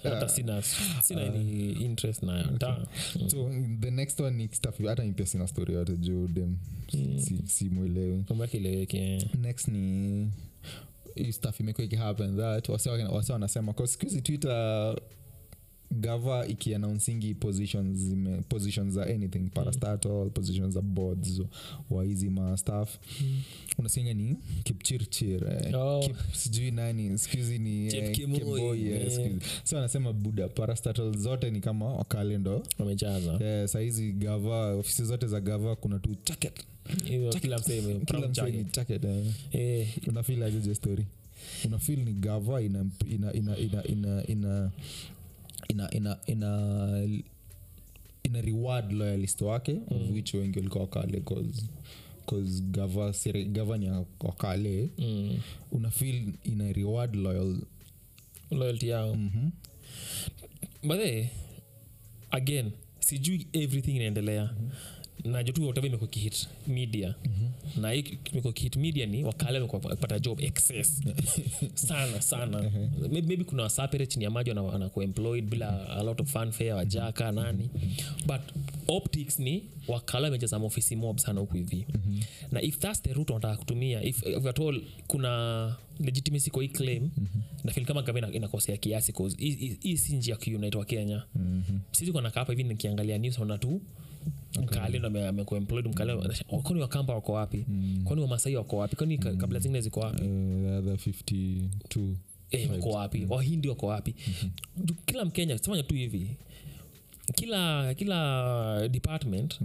hata sina sina any interest nayo hata
so the next one ni stuff hata mipia sina story yote juu dem
Mm.
si, si mwelewi
mambo yake ileweke
next ni hii stuff imekuwa ikihappen that wase wake- wase wanasema kwa siku hizi twitter gava ikianaunsingi positions, zime- positions za
Mm.
anything parastatal positions za boards wa hizi ma staff unasinga ni kipchirchir eh,
Oh.
Kip- sijui nani skuhizi ni eh,
Chepkemoi,
Kemoi, eh,
eh.
siku hizi. so anasema buda parastatal zote ni kama wakalendo
wamejaza
eh, sahizi gava ofisi zote za gava kuna tu jacket
Hiyo kila mseme
kila msee ni jacket eh
eh
unafil aje hiyo story unafil ni gava ina ina ina ina ina ina ina ina ina ina reward loyalist wake mm. of which wengi walikuwa wakale cause cause gava sere- gava ni ya wakale
mm.
unafil ina reward loyal
loyalty yao
mm-hmm.
but hey, again sijui everything inaendelea mm-hmm. najua tu whatever imekuwa kihit media mm-hmm. na hii imekuwa kihit media ni wakala wamekuwa wakipata job excess sana sana maybe, maybe kuna wasapere chini ya maji wana- wanakuwa employed bila a lot of fanfare wajaka nani but optics ni wakala wamejaza maofisi mob sana huku hivi mm-hmm. na if that's the route wanataka kutumia if, if at all kuna legitimacy kwa hii claim mm-hmm. nafili kama gava inakosea kiasi 'cause hii- hii- hii si njia ya kuunite wa kenya mm-hmm. sisi kanakaa hapa hivi nikiangalia news naona tu mkale ndo ame- amekuwa employed mkale kwani wakamba wako wapi
Mm.
kwani wamasai wako wapi kwani ka- kabila zingine ziko wapi
uh, Mm-hmm. other 52
Eh, wako wapi wahindi wako wapi Ju- kila mkenya fanya tu hivi kila kila department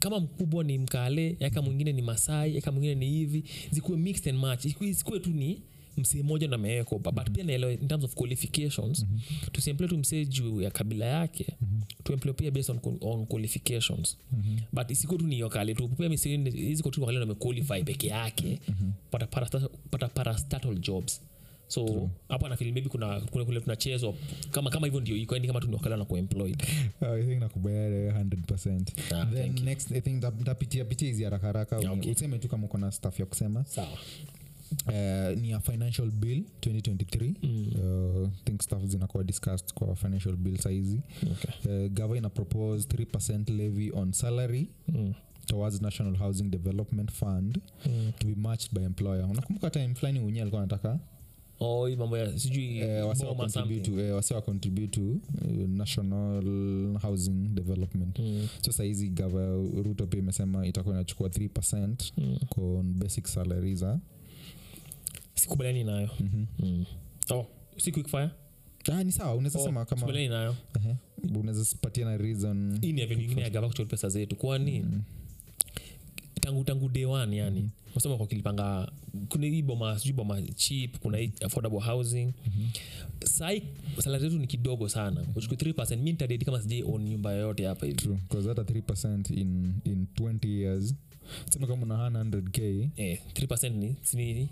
kama mkubwa ni mkale yaka mwingine ni masai yaka mwingine ni hivi zikuwe mixed and match zikuwe tu ni msee moja ndo amewekwa but pia naelewa in terms of qualifications mm-hmm. tusiemploy tu msee juu ya kabila yake mm-hmm. tuemploy pia based on, qual- on qualifications mm-hmm. but isikuwe tu ni hiyo kale tu pia msee- hizi kotu wakale ndo wamequalify peke yake mm-hmm. pata, parastata- pata parastatal jobs so hapa nafili maybe kuna kuna kule tunachezwa kama kama hivyo ndio iko yani kama tuniwakala na kuemployed
Uh, I think nakubaliana 100%.
Ah,
Then
thank
next, I think tap- tapitia pitia hizi haraka haraka
Yeah, okay.
useme tu kama uko na staff ya kusema
sawa
Eh, ni ya financial bill 2023 mm. uh, think staff zinakuwa discussed kwa financial bill saizi
okay.
uh, gava ina propose 3 levy on salary
mm.
towards national housing development fund
Mm.
to be matched by employer unakumbuka time fulani unye alikuwa anataka
oh, hii mambo ya sijui
eh, wase wa
boma something.
contribute to- eh, wase wa contribute to eh, national housing development
Mm.
so sahizi gava ruto pia imesema itakuwa inachukua 3
Mm.
kon basic ah. salary za
sikubaliani nayo mm. oh, si quick fire
ah, ni sawa unaweza
Oh,
sema kama
sikubaliani nayo
Ehe. unaweza patia na reason Mm,
hii ni avenue nyingine ya gava kuchukua pesa zetu kwani tangu tangu day one yani wasema kwa kilipanga kuna hii boma sijui boma cheap kuna hii affordable housing
mhm.
sai salari yetu ni kidogo sana uchukue 3 mi nitadedi kama sijai own nyumba yoyote hapa hivi
true because hata 3 in, in 20 years sema kama una 100k
eh, 3 ni si nini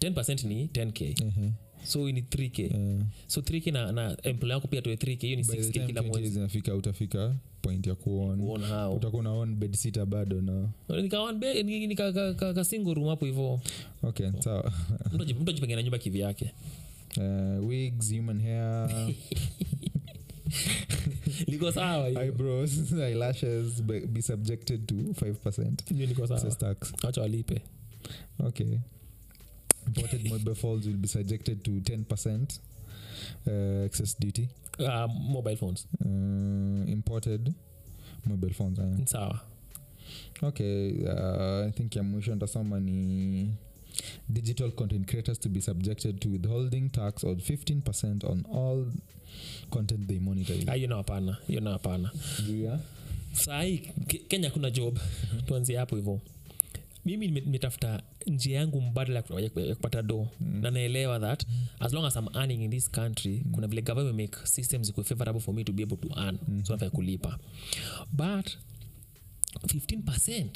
10 ni 10k
ehe,
so hii ni 3k
eh,
so 3k na, na employ yako pia toe 3k hiyo ni
by the time
6k kila
20 years
mwezi
inafika utafika point ya kuona
uona hao
utakuwa una own bed sitter bado na
nikasingo room hapo hivo
okay
Oh.
sawa
Mtu aji- mtu ajipengena nyumba kivi yake
Eh, wigs human hair
liko sawa hiyo.
eyebrows eyelashes be, be subjected to 5%
Hiyo liko sawa
Excess tax
wacha walipe
okay imported mobile phones will be subjected to 10% uh, excess duty
Ah, mobile phones
uh, imported mobile phones uh.
Ni sawa
okay uh, i think ya mwisho ntasoma ni digital content creators to be subjected to withholding tax of 15% on all content they
Ah,
monetize
hiyo na hapana hiyo na hapana
Juu ya-
sahii kenya kuna job tuanzie hapo hivo mimi nime- nimetafuta njia yangu mbadala ya ku- ya ku- ya kupata do na naelewa that as long as I'm earning in this country kuna vile government make systems ikuwe favorable for me to be able to earn so nafaa kulipa but 15%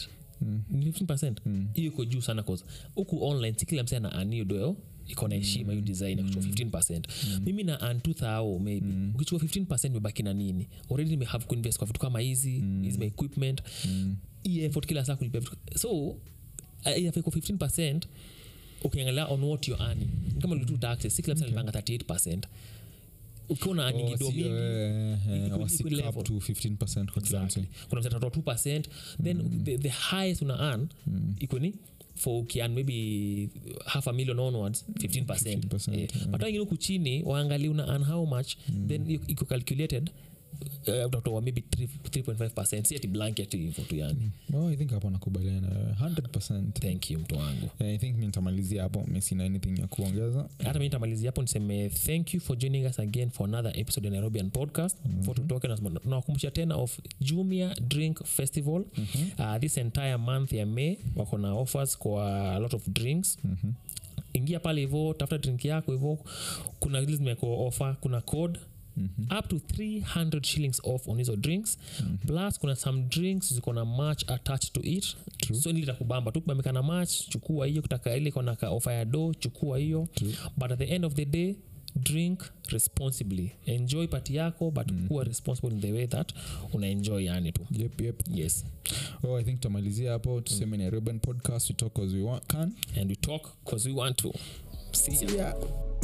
ni 15% hiyo iko juu sana cause huku online si kila msee ana earn hiyo doyo iko na heshima hiyo design ya kuchukua 15% mimi na earn 2000 maybe ukichukua 15% imebaki na nini already nime have kuinvest kwa vitu kama hizi hizi my equipment
Mm-hmm.
hii effort kila saa kulipia vitu so eh, inafaa iko 15% ukiangalia on what you're earning Ni kama ulitu taxes si kila msee alipanga 38% ukiwa na earning
Oh,
kidogo
wasi-
mingi
eh, eh,
iko-
wasi
iko
cap
level.
to 15% kwa kila mtu.
exactly. kuna mtu atatoa 2 then the, the highest una earn
Hmm.
iko ni for ukian maybe half a million onwards 15
15%,
Eh, but wengine huku chini waangalie una earn how much then hiyo iko calculated eh, utatoa maybe 3 3.5 si ati blanket hivyo tu yani
Oh, i think hapo nakubaliana na wewe, 100%
thank you mtu wangu
Eh, i think mi nitamalizia hapo mi sina anything ya kuongeza
hata mi nitamalizia hapo niseme thank you for joining us again for another episode ya nairobian podcast mm-hmm. for tutoke na- nawakumbusha tena of jumia drink festival
Mhm, mhm,
mm-hmm. uh, this entire month ya may wako na offers kwa a lot of drinks mm-hmm ingia pale hivo tafuta drink yako hivo kuna zile zimekoa offer kuna code mm-hmm. up to 300 shillings off on hizo drinks mm-hmm. plus kuna some drinks ziko na match attached to it
True.
so nili takubamba tu kubambika na match chukua hiyo kutaka ile kona ka ofa ya do chukua hiyo
True.
but at the end of the day drink responsibly enjoy pati yako but mm. kuwa responsible in the way that una enjoy yani tu
yep, yep.
yes
oh, i think tutamalizia hapo tuseme ni Ruben podcast we talk as we want, can
and we talk because we want to see ya.
yeah.